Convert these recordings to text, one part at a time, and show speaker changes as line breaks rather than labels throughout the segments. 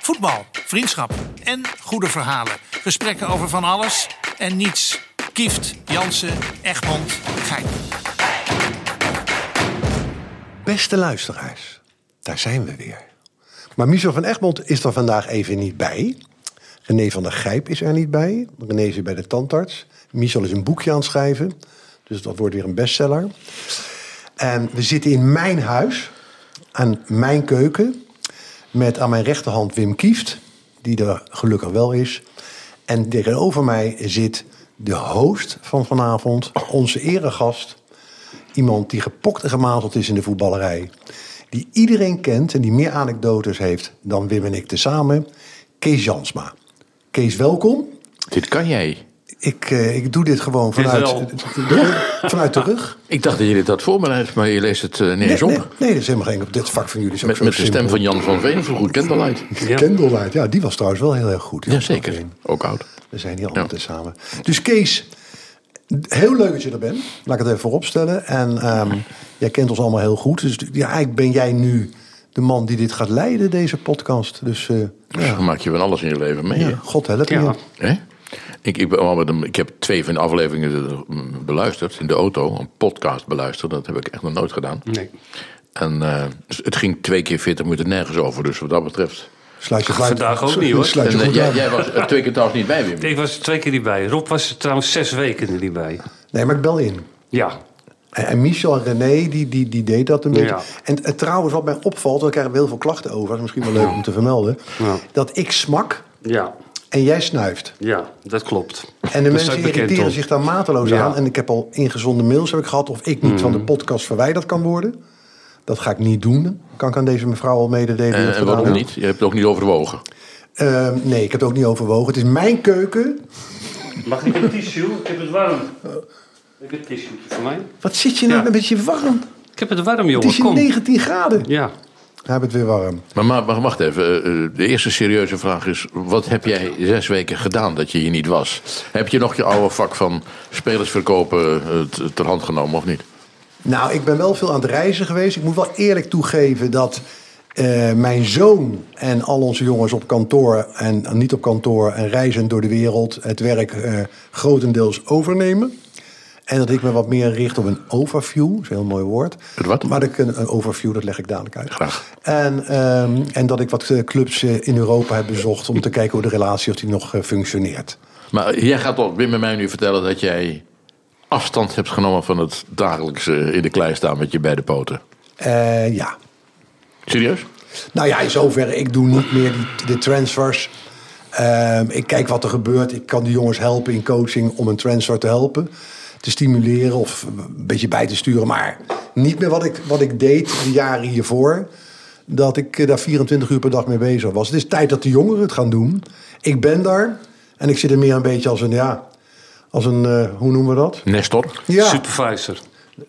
Voetbal, vriendschap en goede verhalen. Gesprekken over van alles en niets. Kieft, Jansen, Egmond, Gein.
Beste luisteraars, daar zijn we weer. Maar Michel van Egmond is er vandaag even niet bij. René van der Gijp is er niet bij. René is weer bij de tandarts. Michel is een boekje aan het schrijven. Dus dat wordt weer een bestseller. En we zitten in mijn huis, aan mijn keuken. Met aan mijn rechterhand Wim Kieft, die er gelukkig wel is. En tegenover mij zit de host van vanavond, onze eregast. Iemand die gepokt en gemazeld is in de voetballerij. Die iedereen kent en die meer anekdotes heeft dan Wim en ik tezamen. Kees Jansma. Kees, welkom.
Dit kan jij.
Ik, eh, ik doe dit gewoon
is
vanuit,
wel-
vanuit de rug.
Ik dacht dat je dit had voor me had, maar je leest het eh, niet
Nee,
eens op.
nee, nee, dat is helemaal geen... Dit vak van jullie is ook
met
zo
met de
simpel.
stem van Jan van Veen, vroeger Candlelight.
Ja. Candlelight, ja, die was trouwens wel heel erg goed. Ja,
Jazeker, ook oud.
We zijn hier altijd samen. Dus Kees, heel leuk dat je er bent. Laat ik het even vooropstellen. En ehm, jij kent ons allemaal heel goed. Dus ja, eigenlijk ben jij nu de man die dit gaat leiden, deze podcast. Dus eh,
Dus
ja,
dan maak je van alles in je leven mee.
ja, God help je.
Ja.
hè? Hè? Ik, ik, ben wel met een- ik heb twee van de afleveringen mm, beluisterd in de auto. Een podcast beluisterd, dat heb ik echt nog nooit gedaan.
Nee.
En eh, dus het ging twee keer 40 minuten nergens over, dus wat dat betreft.
Sluit je goed
Vandaag ook niet, hoor.
Sluit je
En eh,
goed
jij,
aan.
jij was er twee keer trouwens niet bij, Wim.
Ik was er twee keer niet bij. Rob was er trouwens zes weken er niet bij.
Nee, maar ik bel in.
Ja.
En en Michel en René, die, die, die deed dat een beetje.
Ja.
En eh, trouwens, wat mij opvalt, daar krijgen we heel veel klachten over. Dat is misschien wel leuk om te vermelden.
Ja.
Dat ik smak
Ja.
en jij snuift.
Ja, dat klopt.
En de mensen irriteren zich daar mateloos
Ja. Mm.
aan. En ik heb al ingezonde mails heb ik gehad of ik niet van de podcast verwijderd kan worden. Dat ga ik niet doen. Kan ik aan deze mevrouw al mededelen? die
Eh,
En,
dat
en
gedaan
Eh, waarom
heeft?
niet? Je hebt het ook niet overwogen.
Ehm, nee, ik heb het ook niet overwogen. Het is mijn keuken.
Mag ik een tissue? Ik heb het warm. Eh. Ik heb een tissue voor mij.
Wat zit je nou
Ja.
een beetje warm?
Ik heb het warm,
Het is
jongen.
hier
Kom.
19 graden. Hij
Ja.
heeft het weer warm.
Maar, maar, maar wacht even, eh, eh, de eerste serieuze vraag is... wat heb jij zes weken gedaan dat je hier niet was? Heb je nog je oude vak van spelers verkopen eh, t- ter hand genomen of niet?
Nou, ik ben wel veel aan het reizen geweest. Ik moet wel eerlijk toegeven dat eh, mijn zoon en al onze jongens op kantoor en en niet op kantoor en reizend door de wereld het werk eh, grotendeels overnemen. En dat ik me wat meer richt op een overview, dat is een heel mooi woord.
Het wat?
Maar dat ik een, een overview, dat leg ik dadelijk uit.
Graag.
En, ehm, en dat ik wat eh, clubs eh, in Europa heb bezocht om te kijken hoe de relatie of die nog eh, functioneert.
Maar jij gaat al Wim en mij nu vertellen dat jij afstand hebt genomen... van het dagelijkse in de klei staan met je beide poten.
Eh, ja,
Serieus?
Nou ja, in zoverre. Ik doe niet meer die, de transfers. Ehm, ik kijk wat er gebeurt. Ik kan de jongens helpen in coaching om een transfer te helpen. Te stimuleren of een beetje bij te sturen. Maar niet meer wat ik, wat ik deed de jaren hiervoor. Dat ik eh, daar 24 uur per dag mee bezig was. Het is tijd dat de jongeren het gaan doen. Ik ben daar. En ik zit er meer een beetje als een, ja, als een eh, hoe noemen we dat?
Nestor?
Ja,
Supervisor.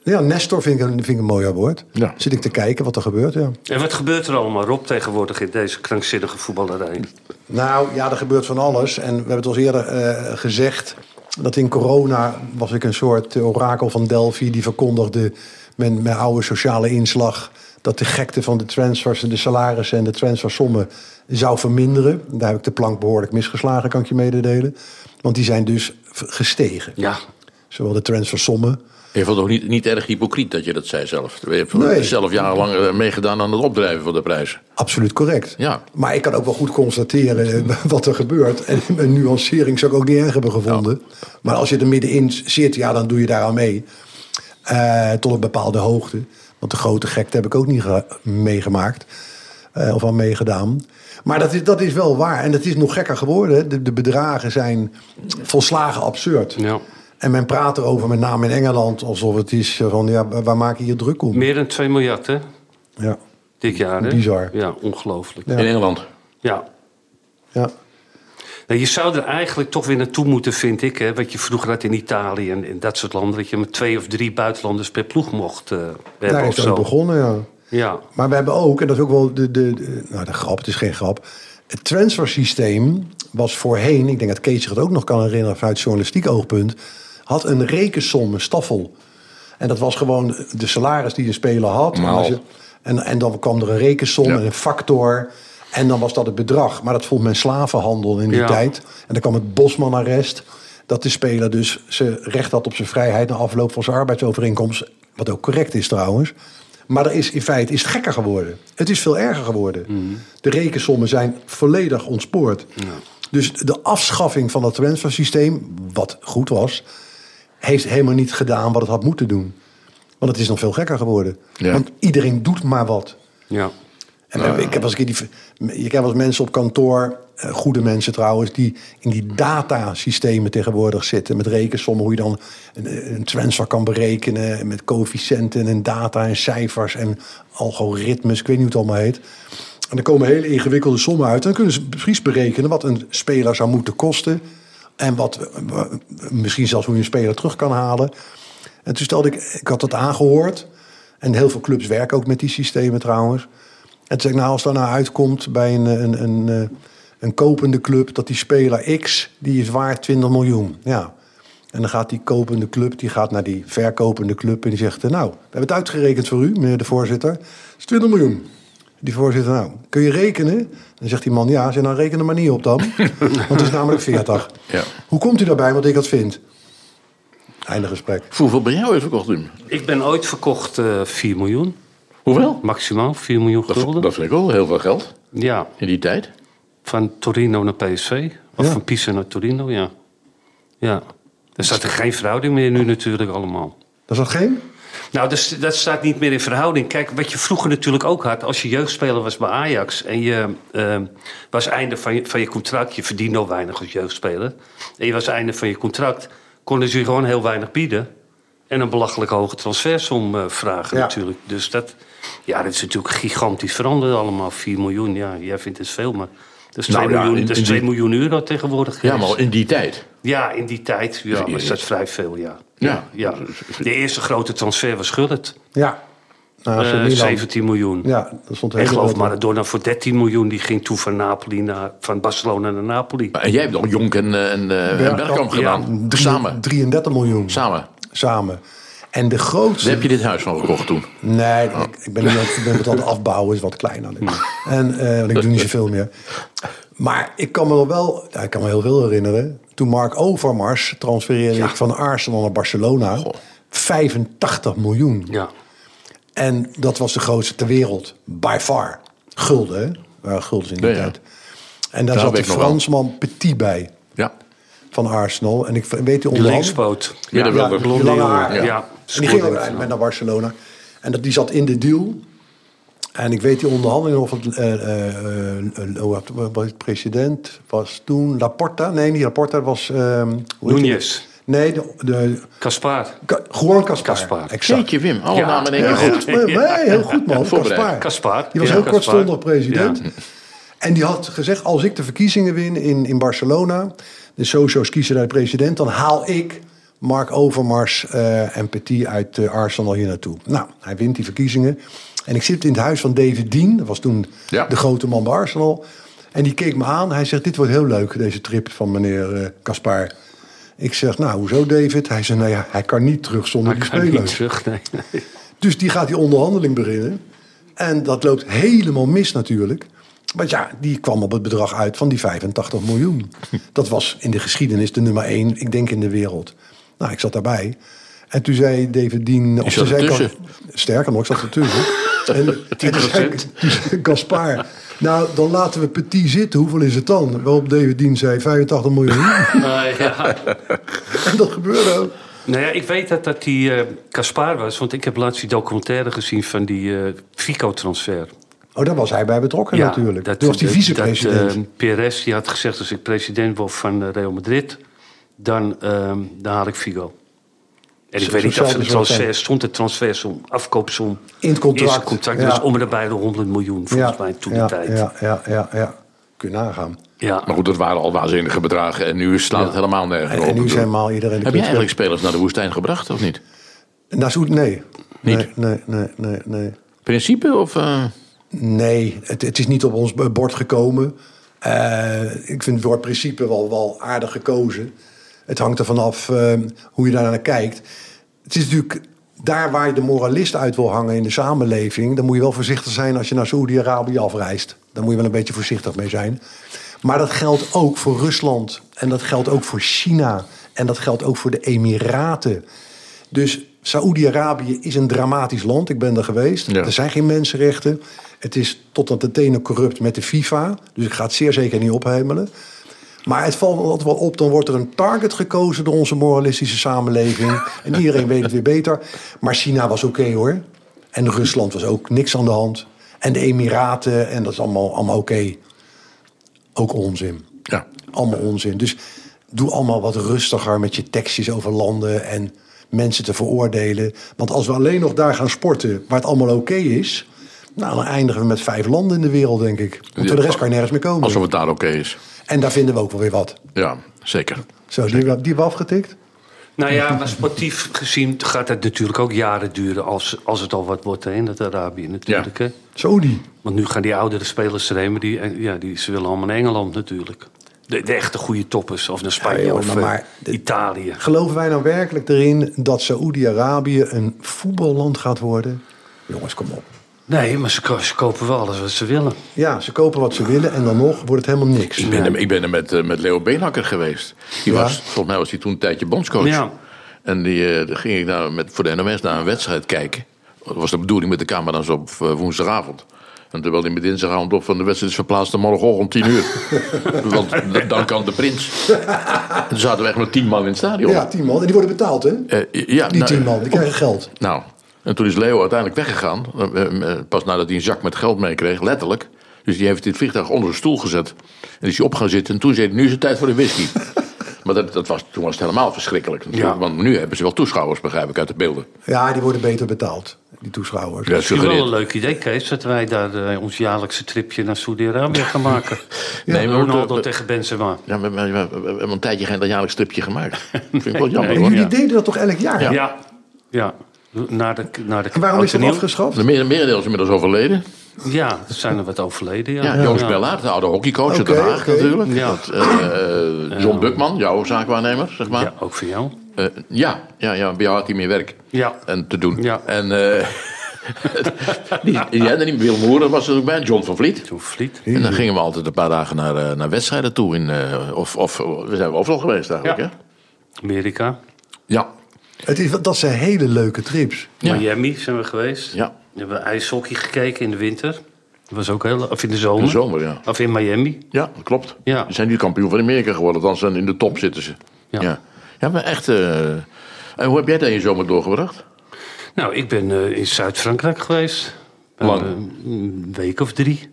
ja Nestor vind ik, een- vind ik een mooi woord.
Ja.
Zit ik te kijken wat er gebeurt, ja.
En wat gebeurt er allemaal, Rob, tegenwoordig in deze krankzinnige voetballerij?
Nou ja, er gebeurt van alles. En we hebben het al eerder eh, gezegd dat in corona was ik een soort eh, orakel van Delphi. Die verkondigde met mijn oude sociale inslag dat de gekte van de transfers en de salarissen en de transfersommen zou verminderen. Daar heb ik de plank behoorlijk misgeslagen, kan ik je mededelen. Want die zijn dus v- gestegen.
Ja.
Zowel de transfersommen.
Je vond het ook niet, niet erg hypocriet dat je dat zei zelf. Je hebt
Nee.
zelf jarenlang eh, meegedaan aan het opdrijven van de prijzen.
Absoluut correct.
Ja.
Maar ik kan ook wel goed constateren eh, wat er gebeurt. En een nuancering zou ik ook niet erg hebben gevonden. Maar als je er middenin zit, ja, dan doe je daar aan mee. Eh, tot een bepaalde hoogte. Want de grote gekte heb ik ook niet ge- meegemaakt. eh, of aan meegedaan. Maar dat is, dat is wel waar. En dat is nog gekker geworden. hè. De, de bedragen zijn volslagen absurd.
Ja.
En men praat erover, met name in Engeland, alsof het is eh, van ja, waar maak je je druk om?
Meer dan 2 miljard, hè?
Ja.
Dit jaar, hè?
Bizar.
Ja, ongelooflijk.
Ja.
In Engeland.
ja.
ja.
Nou, je zou er eigenlijk toch weer naartoe moeten, vind ik. Hè, wat je vroeger had in Italië en, en dat soort landen. Dat je met twee of drie buitenlanders per ploeg mocht eh hebben.
Daar
of
is het
zo.
ook begonnen, ja.
Ja.
Maar we hebben ook, en dat is ook wel de, de, de- nou, de grap, het is geen grap. Het transfersysteem was voorheen, ik denk dat Kees zich het ook nog kan herinneren vanuit journalistiek oogpunt, had een rekensom, een staffel. En dat was gewoon de salaris die een speler had. En,
Maal.
als je- en, en dan kwam er een rekensom
Ja.
en een factor. En dan was dat het bedrag. Maar dat vond men slavenhandel in die
Ja.
tijd. En dan kwam het Bosman-arrest. Dat de speler dus zijn recht had op zijn vrijheid na afloop van zijn arbeidsovereenkomst. Wat ook correct is trouwens. Maar er is, in feite is het gekker geworden. Het is veel erger geworden. De rekensommen zijn volledig ontspoord. Dus de afschaffing van dat transfersysteem, wat goed was, heeft helemaal niet gedaan wat het had moeten doen. Want het is nog veel gekker geworden.
Ja.
Want iedereen doet maar wat.
Ja.
En we- ik heb als ik die, je kent wel eens mensen op kantoor, eh, goede mensen trouwens, die in die datasystemen tegenwoordig zitten. Met rekensommen, hoe je dan een, een transfer kan berekenen. en Met coëfficiënten en data en cijfers en algoritmes. Ik weet niet hoe het allemaal heet. En er komen hele ingewikkelde sommen uit. En dan kunnen ze precies berekenen wat een speler zou moeten kosten. En wat, eh, misschien zelfs hoe je een speler terug kan halen. En toen stelde ik, ik had dat aangehoord. En heel veel clubs werken ook met die systemen trouwens. En toen zei ik, nou, als dat nou uitkomt bij een, een, een, eh, een kopende club... dat die speler X, die is waard 20 miljoen. Ja. En dan gaat die kopende club, die gaat naar die verkopende club... en die zegt, eh, nou, we hebben het uitgerekend voor u, meneer de voorzitter. Het is 20 miljoen. Die voorzitter, nou, kun je rekenen? Dan zegt die man, ja, zeg, nou, reken er maar niet op dan. Want het is namelijk 40.
Ja.
Hoe komt u daarbij, wat ik dat vind? Einde gesprek.
Voor hoeveel ben jij ooit verkocht, Wim?
Ik ben ooit verkocht eh 4 miljoen.
Hoeveel?
Maximaal 4 miljoen gulden.
Dat, dat vind ik wel heel veel geld
Ja,
in die tijd.
van Torino naar PSV. Of
Ja.
van Pisa naar Torino, ja. Ja. Er staat er geen verhouding meer nu natuurlijk allemaal.
Dat is dat geen?
Nou, dus, dat staat niet meer in verhouding. Kijk, wat je vroeger natuurlijk ook had, als je jeugdspeler was bij Ajax en je eh, was einde van je, van je contract, je verdiende al weinig als jeugdspeler, en je was einde van je contract, konden ze je gewoon heel weinig bieden en een belachelijk hoge transfersom eh, vragen
Ja.
natuurlijk. Dus dat, ja, dat is natuurlijk gigantisch veranderd allemaal, 4 miljoen, ja, jij vindt het veel, maar dat is 2
Nou ja,
miljoen,
in-
dat
in
is 2
die-
miljoen euro tegenwoordig.
Ja,
Chris.
maar in die tijd.
Ja, in die tijd ja,
Dus-
maar is dat vrij veel, ja.
Ja.
ja. De eerste grote transfer was Gullit.
Ja. Nou,
Eh,
AC Milan.
17 miljoen.
Ja, dat stond
Ik
heel
geloof Maradona voor 13 miljoen. Die ging toen van, Napoli naar, van Barcelona naar Napoli.
Maar jij hebt nog Jonk en, eh, en, eh, en Bergkamp
ja.
gedaan. Samen.
33 miljoen.
Samen.
Samen. En de grootste...
Daar heb je dit huis van gekocht toen.
Nee, ik, ik ben, niet aan- ik ben het aan het afbouwen, is wat kleiner. En eh, want ik doe niet zoveel meer. Maar ik kan me nog wel, ja, ik kan me heel veel herinneren. Toen Mark Overmars transfereerde ik van Arsenal naar Barcelona. 85 miljoen.
Ja.
En dat was de grootste ter wereld, by far. Gulden, hè? Waren gulden in die
Ja, ja.
tijd. En daar
Daar
zat
weet
de
ik nog wel.
Fransman Petit bij
Ja.
van Arsenal. En ik weet die
De
onder andere-
linksboot.
Ja, dat wel.
die
blonde
lange
jongen.
haar.
Ja. Ja.
En die ging
Scoorde
ook
ook
met naar Barcelona. En dat, die zat in de deal. En ik weet die onderhandeling of het, eh, eh, eh, hoe had- wat was het president was toen Laporta. Nee, niet Laporta, dat was... ehm hoe heet die?
Núñez.
Nee, de, de,
Caspar.
Ka- Juan Caspar.
Caspar.
Exact.
Zeetje, Wim. Alle
Ja.
namen in één
Heel
keer
goed,
goed.
man. Nee, heel goed man.
voorbereid.
Caspar.
Caspar.
Die was
Ja,
heel
Caspar.
kortstondig president. En die had gezegd, als ik de verkiezingen win in, in Barcelona... de socio's kiezen naar de president... dan haal ik Mark Overmars eh, en Petit uit eh, Arsenal hier naartoe. Nou, hij wint die verkiezingen. En ik zit in het huis van David Dean. Dat was toen
Ja.
de grote man bij Arsenal. En die keek me aan. Hij zegt, dit wordt heel leuk, deze trip van meneer eh, Caspar. ik zeg, nou, hoezo David? Hij zei, nou ja, hij kan niet terug zonder
Maar
die
ik ga niet
spelers.
terug. Nee.
Dus die gaat die onderhandeling beginnen. En dat loopt helemaal mis natuurlijk. Want ja, die kwam op het bedrag uit van die 85 miljoen. Dat was in de geschiedenis de nummer één, ik denk in de wereld. Nou, ik zat daarbij. En toen zei David Dean... Of
zat
toen zei
ertussen.
sterker nog, ik zat ertussen. En, en toen zei
10%.
Gaspar, nou dan laten we Petit zitten. Hoeveel is het dan? Waarop David Dean zei 85 miljoen.
Eh, ja.
en dat gebeurde ook.
Nou ja, ik weet dat dat die eh, Caspar was. Want ik heb laatst die documentaire gezien van die eh Fico-transfer.
Oh, daar was hij bij betrokken natuurlijk.
dat-
toen was die
dat-
vicepresident.
dat, eh, Perez die had gezegd, als ik president word van eh, Real Madrid, dan, ehm, dan haal ik Figo. En ik
Zo-
weet niet
zo
of
zou
de
het wel zijn.
transfer stond, de transfersom, afkoopsom.
In het contract,
In zijn contract,
ja.
dat was om en nabij de 100 miljoen, volgens mij, toen de
ja,
tijd. Ja.
Ja, ja, ja, ja. Kun je nagaan.
Maar goed, dat waren al waanzinnige bedragen. En nu slaat het helemaal
En,
nergens
en
op.
nu
Ik
zijn
bedoel,
maar iedereen... de
Heb jij
kunst-
eigenlijk spelers naar de woestijn gebracht, of niet?
Nou, zo- nee.
Niet?
Nee, nee, nee, nee. nee.
Principe of... eh,
Nee, het, het is niet op ons bord gekomen. Eh, ik vind het woord principe wel, wel aardig ehm, gekozen. Het hangt ervan af eh, hoe je daar naar kijkt. Het is natuurlijk daar waar je de moralist uit wil hangen in de samenleving, dan moet je wel voorzichtig zijn als je naar Saoedi-Arabië afreist. Daar moet je wel een beetje voorzichtig mee zijn. Maar dat geldt ook voor Rusland en dat geldt ook voor China en dat geldt ook voor de Emiraten. Dus Saoedi-Arabië is een dramatisch land. Ik ben er geweest.
Ja.
Er zijn geen mensenrechten. Het is tot aan de tenen corrupt met de FIFA. Dus ik ga het zeer zeker niet ophemelen. Maar het valt me altijd wel op, dan wordt er een target gekozen door onze moralistische samenleving. En iedereen weet het weer beter. Maar China was oké hoor. En Rusland was ook niks aan de hand. En de Emiraten, en dat is allemaal, allemaal oké. Ook onzin.
Ja.
Allemaal onzin. Dus doe allemaal wat rustiger met je tekstjes over landen en mensen te veroordelen. Want als we alleen nog daar gaan sporten waar het allemaal oké is. Nou, dan eindigen we met vijf landen in de wereld, denk ik. Want voor de rest kan je nergens meer komen.
Alsof het daar oké is.
En daar vinden we ook wel weer wat.
Ja, zeker.
Zo, die, hebben we- die hebben we afgetikt.
Nou ja, maar sportief gezien gaat het natuurlijk ook jaren duren als, als het al wat wordt hè, in het Arabië natuurlijk.
Ja.
hè.
Saoedi. maar
Want nu gaan die oudere spelers erheen, maar die, eh, ja, die, ze willen allemaal naar Engeland natuurlijk. De, de echte goede toppers, of naar Spanje
joh,
of
maar-
eh,
maar de-
Italië.
Geloven wij nou werkelijk erin dat Saoedi-Arabië een voetballand gaat worden? Jongens, kom op.
Nee, maar ze, ko- ze kopen wel alles wat ze willen.
Ja, ze kopen wat ze willen en dan nog wordt het helemaal niks.
Ik ben er, ik ben er met, eh, met Leo Beenhakker geweest. Die
Ja.
was, volgens mij was hij toen een tijdje bondscoach.
Ja.
En die eh, daar ging ik nou met, voor de NOS naar een wedstrijd kijken. Dat was de bedoeling met de camera's op eh, woensdagavond. En terwijl hij met dinsdagavond op van de wedstrijd is verplaatst naar morgenochtend om tien uur. Want d- dan kan de prins. En toen zaten we echt met tien man in het stadion.
Ja, tien man. En die worden betaald, hè?
Eh, ja,
Die
nou,
tien man, die krijgen geld.
Nou, en toen is Leo uiteindelijk weggegaan. eh, eh, Pas nadat hij een zak met geld meekreeg, letterlijk. Dus die heeft dit vliegtuig onder een stoel gezet. En is hij op gaan zitten. En toen zei hij, nu is het tijd voor de whisky. maar dat, dat was, toen was het helemaal verschrikkelijk. natuurlijk,
Ja.
Want nu hebben ze wel toeschouwers, begrijp ik, uit de beelden.
Ja, die worden beter betaald, die toeschouwers.
Ja,
Het is wel een
suggereert.
leuk idee, Kees, dat wij daar eh, ons jaarlijkse tripje naar Saudi-Arabië gaan maken.
Nee, we
Ronaldo
moeten-
tegen Benzema.
Ja, maar, maar- maar- we hebben een tijdje geen jaarlijks stripje gemaakt. Dat vind ik wel jammer,
nee.
hoor.
Jullie
Ja.
deden dat toch elk jaar?
Ja, ja. Naar de, naar de
En waarom is
oud
dat
en nieuw.
afgeschaft?
De meer- merendeel is inmiddels overleden.
Ja, er zijn er wat overleden. Ja,
Ja, Joost Bellaert, de oude hockeycoach uit
Oké,
Den Haag
oké.
natuurlijk.
Ja.
Dat, eh, eh, John Bukman, jouw zaakwaarnemer, zeg maar.
Ja, ook voor jou.
Eh, ja, ja, ja, bij jou had hij meer werk.
Ja.
En te doen.
Ja.
En eh die, die hadden niet Wil Moeren was er ook bij, John van Vliet.
Toen Vliet.
En dan gingen we altijd een paar dagen naar, eh, naar wedstrijden toe. In, eh, of, of we zijn overal geweest eigenlijk,
Ja.
hè?
Amerika.
Ja.
Het is, dat zijn hele leuke trips.
Ja.
Miami zijn we geweest.
Ja.
We hebben ijshockey gekeken in de winter. Dat was ook heel... Of in de zomer.
In de zomer, ja.
Of in Miami.
Ja, dat klopt.
Ja.
Ze zijn nu kampioen van Amerika geworden, dan zijn in de top zitten ze.
Ja.
ja. Ja, maar echt... eh, en hoe heb jij dan je zomer doorgebracht?
Nou, ik ben eh, in Zuid-Frankrijk geweest. We
Lang? Hmm.
hebben Een week of drie.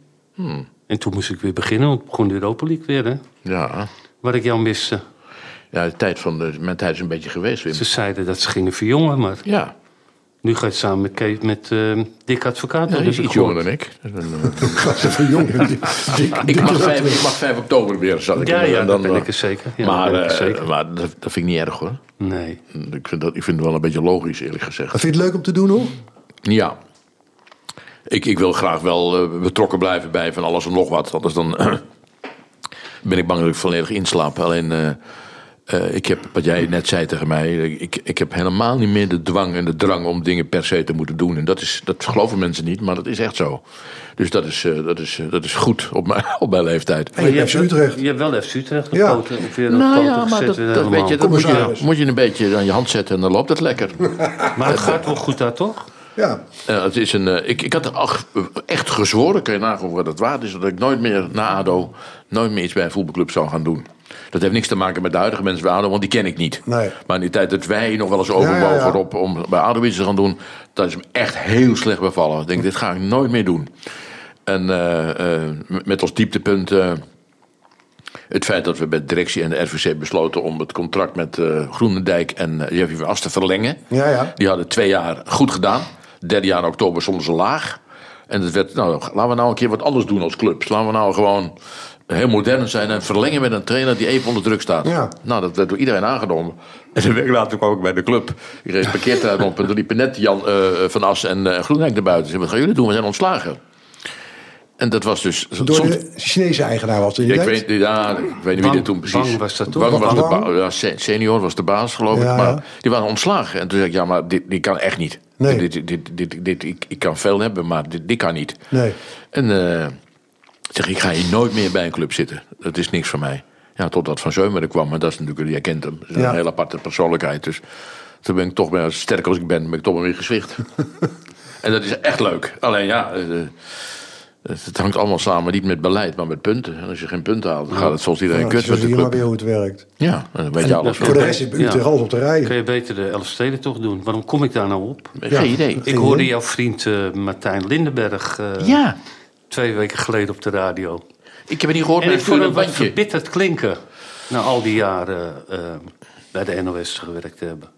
En toen moest ik weer beginnen, want het begon de Europa League weer, hè.
Ja.
Waar ik jou miste.
Ja, de tijd van de, mijn tijd is een beetje geweest, Wim.
Ze zeiden dat ze gingen verjongen, maar
Ja,
nu ga je samen met, Kees- met eh, Dick Advocaat.
ja
Dat
die is
is
iets jonger dan ik. Dat is een, eh,
Voor jongen. die- die-
Ik mag, 5, ik mag 5 oktober weer, zal ik
Ja,
hem,
ja,
en
dat ben
eh,
ik er zeker. Ja,
maar
dat ben ik
eh,
er zeker.
maar dat, dat vind ik niet erg hoor.
Nee.
Ik vind, dat, ik vind het wel een beetje logisch, eerlijk gezegd.
Vind je het leuk om te doen, hoor?
Ja. Ik, ik wil graag wel eh, betrokken blijven bij van alles en nog wat. Anders dan ben ik bang dat ik volledig inslaap. Alleen, eh, eh, ik heb, wat jij net zei tegen mij... eh, Ik, ik heb helemaal niet meer de dwang en de drang om dingen per se te moeten doen. En dat, is, dat geloven mensen niet, maar dat is echt zo. Dus dat is, eh, dat is, eh, dat is goed op mijn, op mijn leeftijd.
En je hebt ze Utrecht.
Je hebt wel FC Utrecht op
Ja.
poten, op weer op
Nou
poten
ja, maar
gezet. eh,
dat,
weer
dat
helemaal.
weet je, dat moet je,
Commissaris.
moet je een beetje aan je hand zetten en dan loopt het lekker.
Maar het gaat wel goed daar, toch?
Ja.
Eh, het is een, eh, ik, ik had er ach- echt gezworen, kan je nagaan wat het waard is, dat ik nooit meer na ADO, nooit meer iets bij een voetbalclub zou gaan doen. Dat heeft niks te maken met de huidige mensen bij ADO, want die ken ik niet.
Nee.
Maar in die tijd dat wij nog wel eens overwogen
Ja, ja, ja.
op om bij ADO iets te gaan doen, dat is me echt heel slecht bevallen. Ik denk, dit ga ik nooit meer doen. En eh, eh, met als dieptepunt... eh, het feit dat we bij de directie en de RVC besloten om het contract met eh Groenendijk en eh, Jeffrey van As te verlengen.
Ja, ja.
Die hadden twee jaar goed gedaan. Derde jaar in oktober soms een laag. En het werd, nou, laten we nou een keer wat anders doen als clubs. Laten we nou gewoon heel modern zijn en verlengen met een trainer die even onder druk staat.
Ja.
Nou, dat werd door iedereen aangenomen. En de week later kwam ik bij de club. Ik reed parkeerterrein op en toen liepen net Jan eh, van As en eh Groenendijk naar buiten. Ze zeiden, wat gaan jullie doen? We zijn ontslagen. En dat was dus...
Door
soms-
de Chinese eigenaar was het
Ja,
in
ik weet, ja, ik weet niet wie dat toen precies...
Wang was dat toch?
Wang was de
Wang?
ba- ja, se- senior was de baas, geloof
Ja,
ik. Maar
ja.
die waren ontslagen. En toen zei ik, ja, maar dit, dit kan echt niet.
Nee.
Dit, dit, dit, dit, dit- ik, ik kan veel hebben, maar dit, dit kan niet.
Nee.
En eh, ik zeg, ik ga hier nooit meer bij een club zitten. Dat is niks voor mij. Ja, totdat Van Zeumer er kwam. Maar dat is natuurlijk, jij kent hem. Dat is
Ja.
een hele aparte persoonlijkheid. Dus toen ben ik toch, maar sterk als ik ben, ben ik toch maar weer gezwicht. en dat is echt leuk. Alleen ja... eh, het het hangt allemaal samen, niet met beleid, maar met punten. En als je geen punten haalt, dan gaat het zoals iedereen
Ja,
kut
zo
met
zie
de
je maar weer
club.
hoe het werkt.
Ja, en dan weet je alles.
Voor
wel.
de rest is Utrecht
Ja.
alles op de
Kun
rij.
je beter de Elfsteden toch doen? Waarom kom ik daar nou op?
Geen idee.
Ik
Ja.
hoorde jouw vriend eh, Martijn Lindenberg eh,
Ja,
twee weken geleden op de radio.
ik heb het niet gehoord,
En
maar
ik
ik
vond
voel
hem
een
wat
bandje.
verbitterd klinken. Na al die jaren eh, bij de NOS gewerkt te hebben.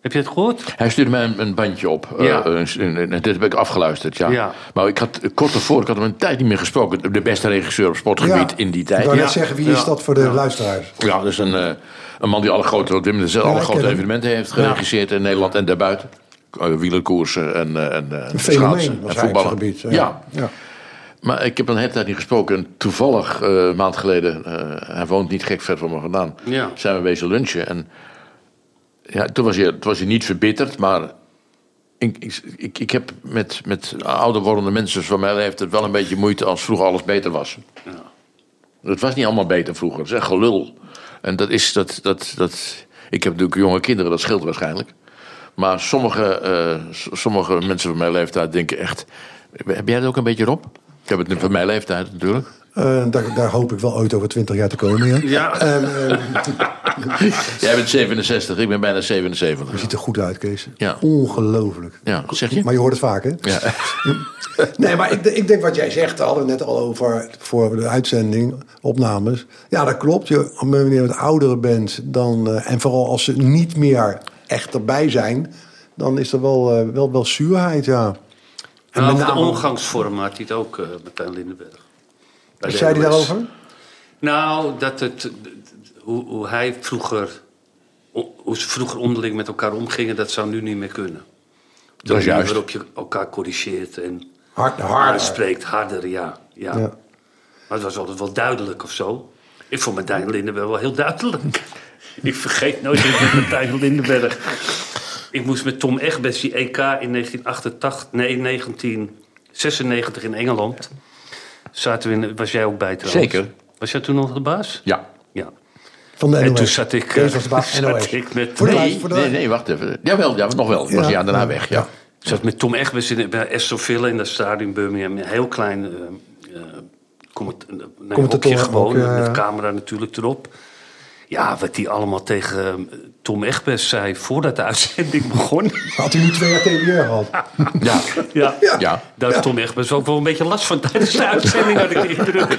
Heb je het gehoord?
Hij stuurde mij een, een bandje op. eh,
Ja.
een- een- een- dit heb ik afgeluisterd, ja.
Ja.
Maar ik had eh, kort ervoor, ik had hem een tijd niet meer gesproken. De beste regisseur op sportgebied in die tijd.
Ik wou
Ja.
net zeggen, wie
Ja.
is dat voor de luisteraars?
Ja, dus een, eh, een man die alle grote, wat Wim de Zel,
Ja,
alle
ik
grote
ken hem.
evenementen heeft geregisseerd in Nederland en daarbuiten. Eh, wielerkoersen en, eh, en, eh, en
Een fenomeen
schaatsen
was
en
hij op zijn
voetballen.
gebied.
ja.
ja.
maar ik heb hem een hele tijd niet gesproken. En toevallig, eh, een maand geleden, eh, hij woont niet gek ver van me vandaan,
Ja.
zijn we bezig lunchen. En ja, toen was hij, toen was hij niet verbitterd, maar ik, ik, ik, ik heb met, met ouder wordende mensen van mij heeft het wel een beetje moeite als vroeger alles beter was. Het was niet allemaal beter vroeger. Het is echt gelul. En dat is dat. dat, dat ik heb natuurlijk jonge kinderen, dat scheelt waarschijnlijk. Maar sommige, eh, s- sommige mensen van mijn leeftijd denken echt. Heb jij dat ook een beetje Rob? Ik heb het nu van mijn leeftijd natuurlijk.
Eh, daar, daar hoop ik wel ooit over 20 jaar te komen. Ja.
Ja.
Ehm, ehm,
Jij bent 67, ik ben bijna
je
77.
ziet er goed uit, Kees.
Ja.
Ongelooflijk.
Ja, wat zeg je?
Maar je hoort het vaak, hè?
Ja.
Nee, maar ik, ik denk wat jij zegt, daar hadden we net al over voor de uitzending, opnames. Ja, dat klopt. Je, wanneer je wat ouder bent, dan, eh, en vooral als ze niet meer echt erbij zijn, dan is er wel, eh, wel, wel zuurheid, ja. En
Nou,
met
over
name-
de omgangsvorm had hij het ook, eh, Martijn Lindenberg. Bij
Wat
de
zei hij
NOS.
daarover?
Nou, dat het, hoe, hoe hij vroeger, hoe ze vroeger onderling met elkaar omgingen, dat zou nu niet meer kunnen. De
Dat is
manier
juist.
Waarop je elkaar corrigeert en
Hard, hard.
aanspreekt, harder, ja, ja.
Ja.
Maar het was altijd wel duidelijk of zo. Ik vond Martijn Lindenberg wel heel duidelijk. Ik vergeet nooit meer met Martijn Lindenberg. Ik moest met Tom Egbers die EK in 1988, nee, 1996 in Engeland. Zaten we in, was jij ook bij trouwens?
Zeker.
Was jij toen nog de baas?
Ja.
Ja.
Van de NOS.
En toen zat ik,
Kees was de baas
eh,
van NOS.
zat ik met-
Voor de
Nee,
luister- voor de
nee, nee, wacht even. Jawel, ja, nog wel. Ik was
Ja.
een jaar daarna
Ja.
weg. Ja.
Ik zat met Tom Egbers in, bij Aston Villa in dat stadion in Birmingham. Een heel klein eh eh, comment, nee,
Commentatoren
hokje gewoon,
ook, ja, ja.
met camera natuurlijk erop. Ja, wat die allemaal tegen eh, Tom Egbers zei voordat de uitzending begon.
Had hij nu twee jaar TBR gehad?
Ja.
ja.
Ja.
ja.
Daar had Tom Egbers ook wel een beetje last van tijdens de uitzending, had ik de indruk.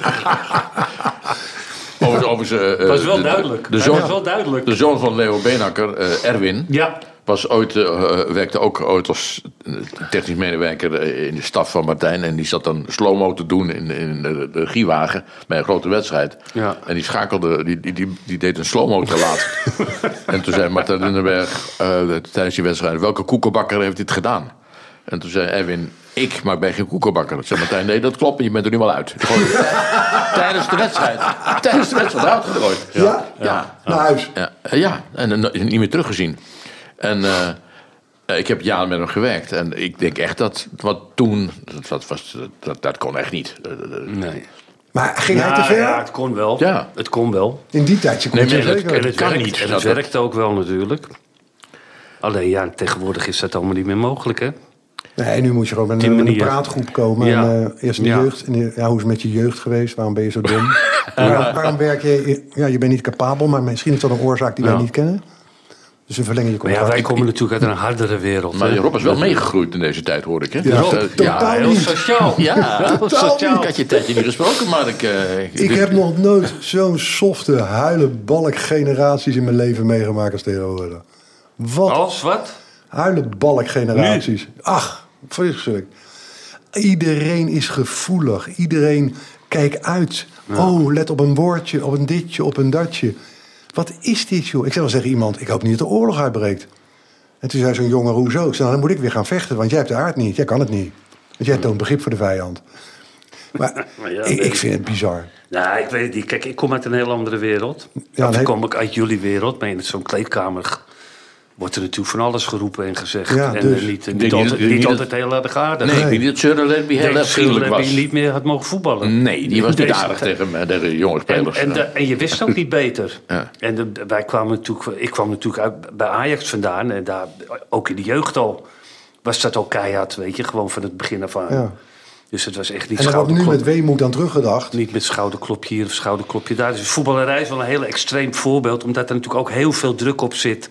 Overigens, overigens, eh,
Dat was wel
de-
duidelijk.
De
Dat
zoon,
was wel duidelijk.
De zoon van Leo Benakker, eh, Erwin,
Ja.
was ooit, eh, eh, werkte ook ooit als eh, technisch medewerker eh, in de staf van Martijn. En die zat dan slow-mo te doen in, in de, de giewagen bij een grote wedstrijd.
Ja.
En die schakelde, die, die, die, die deed een slow-mo te laat. en toen zei Martijn Lindenberg eh, tijdens die wedstrijd, welke koekenbakker heeft dit gedaan? En toen zei Erwin, ik, maar ik ben geen koekenbakker. Toen zei Martijn, nee dat klopt, je bent er nu wel uit. Gewoon tijdens de wedstrijd. Tijdens de wedstrijd eruit gegooid.
Ja?
ja.
Naar huis.
Ja, eh, ja. en eh, no- niet meer teruggezien. En eh, eh, ik heb jaren met hem gewerkt. En ik denk echt dat wat toen, dat, dat, was, dat, dat kon echt niet. Eh, eh,
Nee.
Maar ging hij te
Nou,
ver?
ja, het kon wel.
Ja.
Het kon wel.
In die tijd, je kon
Nee,
het
maar dat-
zeker.
En het
kan
werkt,
niet.
En
Dat-
het
dat-
werkt ook wel natuurlijk. Alleen ja, tegenwoordig is dat allemaal niet meer mogelijk, hè?
Nee, nu moet je gewoon met een,
die
met een
manier.
praatgroep komen.
Ja.
En, eh, eerst in de
Ja.
jeugd. in de- ja, hoe is het met je jeugd geweest? Waarom ben je zo dom? Waarom- waarom werk je? Ja, je bent niet capabel, maar misschien is dat een oorzaak die
Ja.
wij niet kennen. Dus we verlengen je
Maar ja,
contract.
wij komen natuurlijk uit een hardere wereld.
maar
hè?
Rob is wel meegegroeid in deze tijd, hoor ik. Hè? Dus,
Rob,
eh,
totaal.
ja,
Heel
niet.
sociaal.
ja.
Heel
Ik
sociaal.
had je een tijdje niet gesproken, maar ik... eh,
ik
dit-
heb nog nooit zo'n softe huilenbalk generaties in mijn leven meegemaakt als tegenwoordig. Wat
Als wat?
Huilenbalk generaties. Ach, vreselijk. Iedereen is gevoelig. Iedereen kijkt uit. Oh, let op een woordje, op een ditje, op een datje. Wat is dit, joh? Ik zou wel zeggen iemand, ik hoop niet dat de oorlog uitbreekt. En toen zei zo'n jongen, hoezo? Ik zei, nou, dan moet ik weer gaan vechten, want jij hebt de aard niet. Jij kan het niet. Want jij toont begrip voor de vijand. Maar
Maar ja,
ik,
nee.
ik vind het bizar.
Nou, ik weet het niet. Kijk, ik kom uit een heel andere wereld.
Ja,
Ja, of
nee.
ik kom ook uit jullie wereld. Maar in zo'n kleedkamer g- wordt er natuurlijk van alles geroepen en gezegd.
Ja,
en
dus.
eh, niet, eh,
Denk je
niet altijd,
dat- denk je
niet
dat-
altijd heel erg aardig.
Nee,
Ik
ik denk niet dat Seuren Ledby
denk
heel erg
misschien
vriendelijk
dat
was.
je niet meer had mogen voetballen.
Nee, die was niet
Deze
aardig
tijd.
tegen, eh, tegen jonge
En,
spelers.
en, de- en je wist ook niet beter.
Ja.
En de- wij kwamen natuurlijk, ik kwam natuurlijk uit, bij Ajax vandaan. En daar, ook in de jeugd al, was dat al keihard, weet je. Gewoon van het begin af aan.
Ja.
Dus het was echt niet
En dan wordt nu
schouderklop.
met weemoed aan teruggedacht.
Niet met schouderklopje hier of schouderklopje daar. Dus voetballerij is wel een heel extreem voorbeeld, omdat er natuurlijk ook heel veel druk op zit.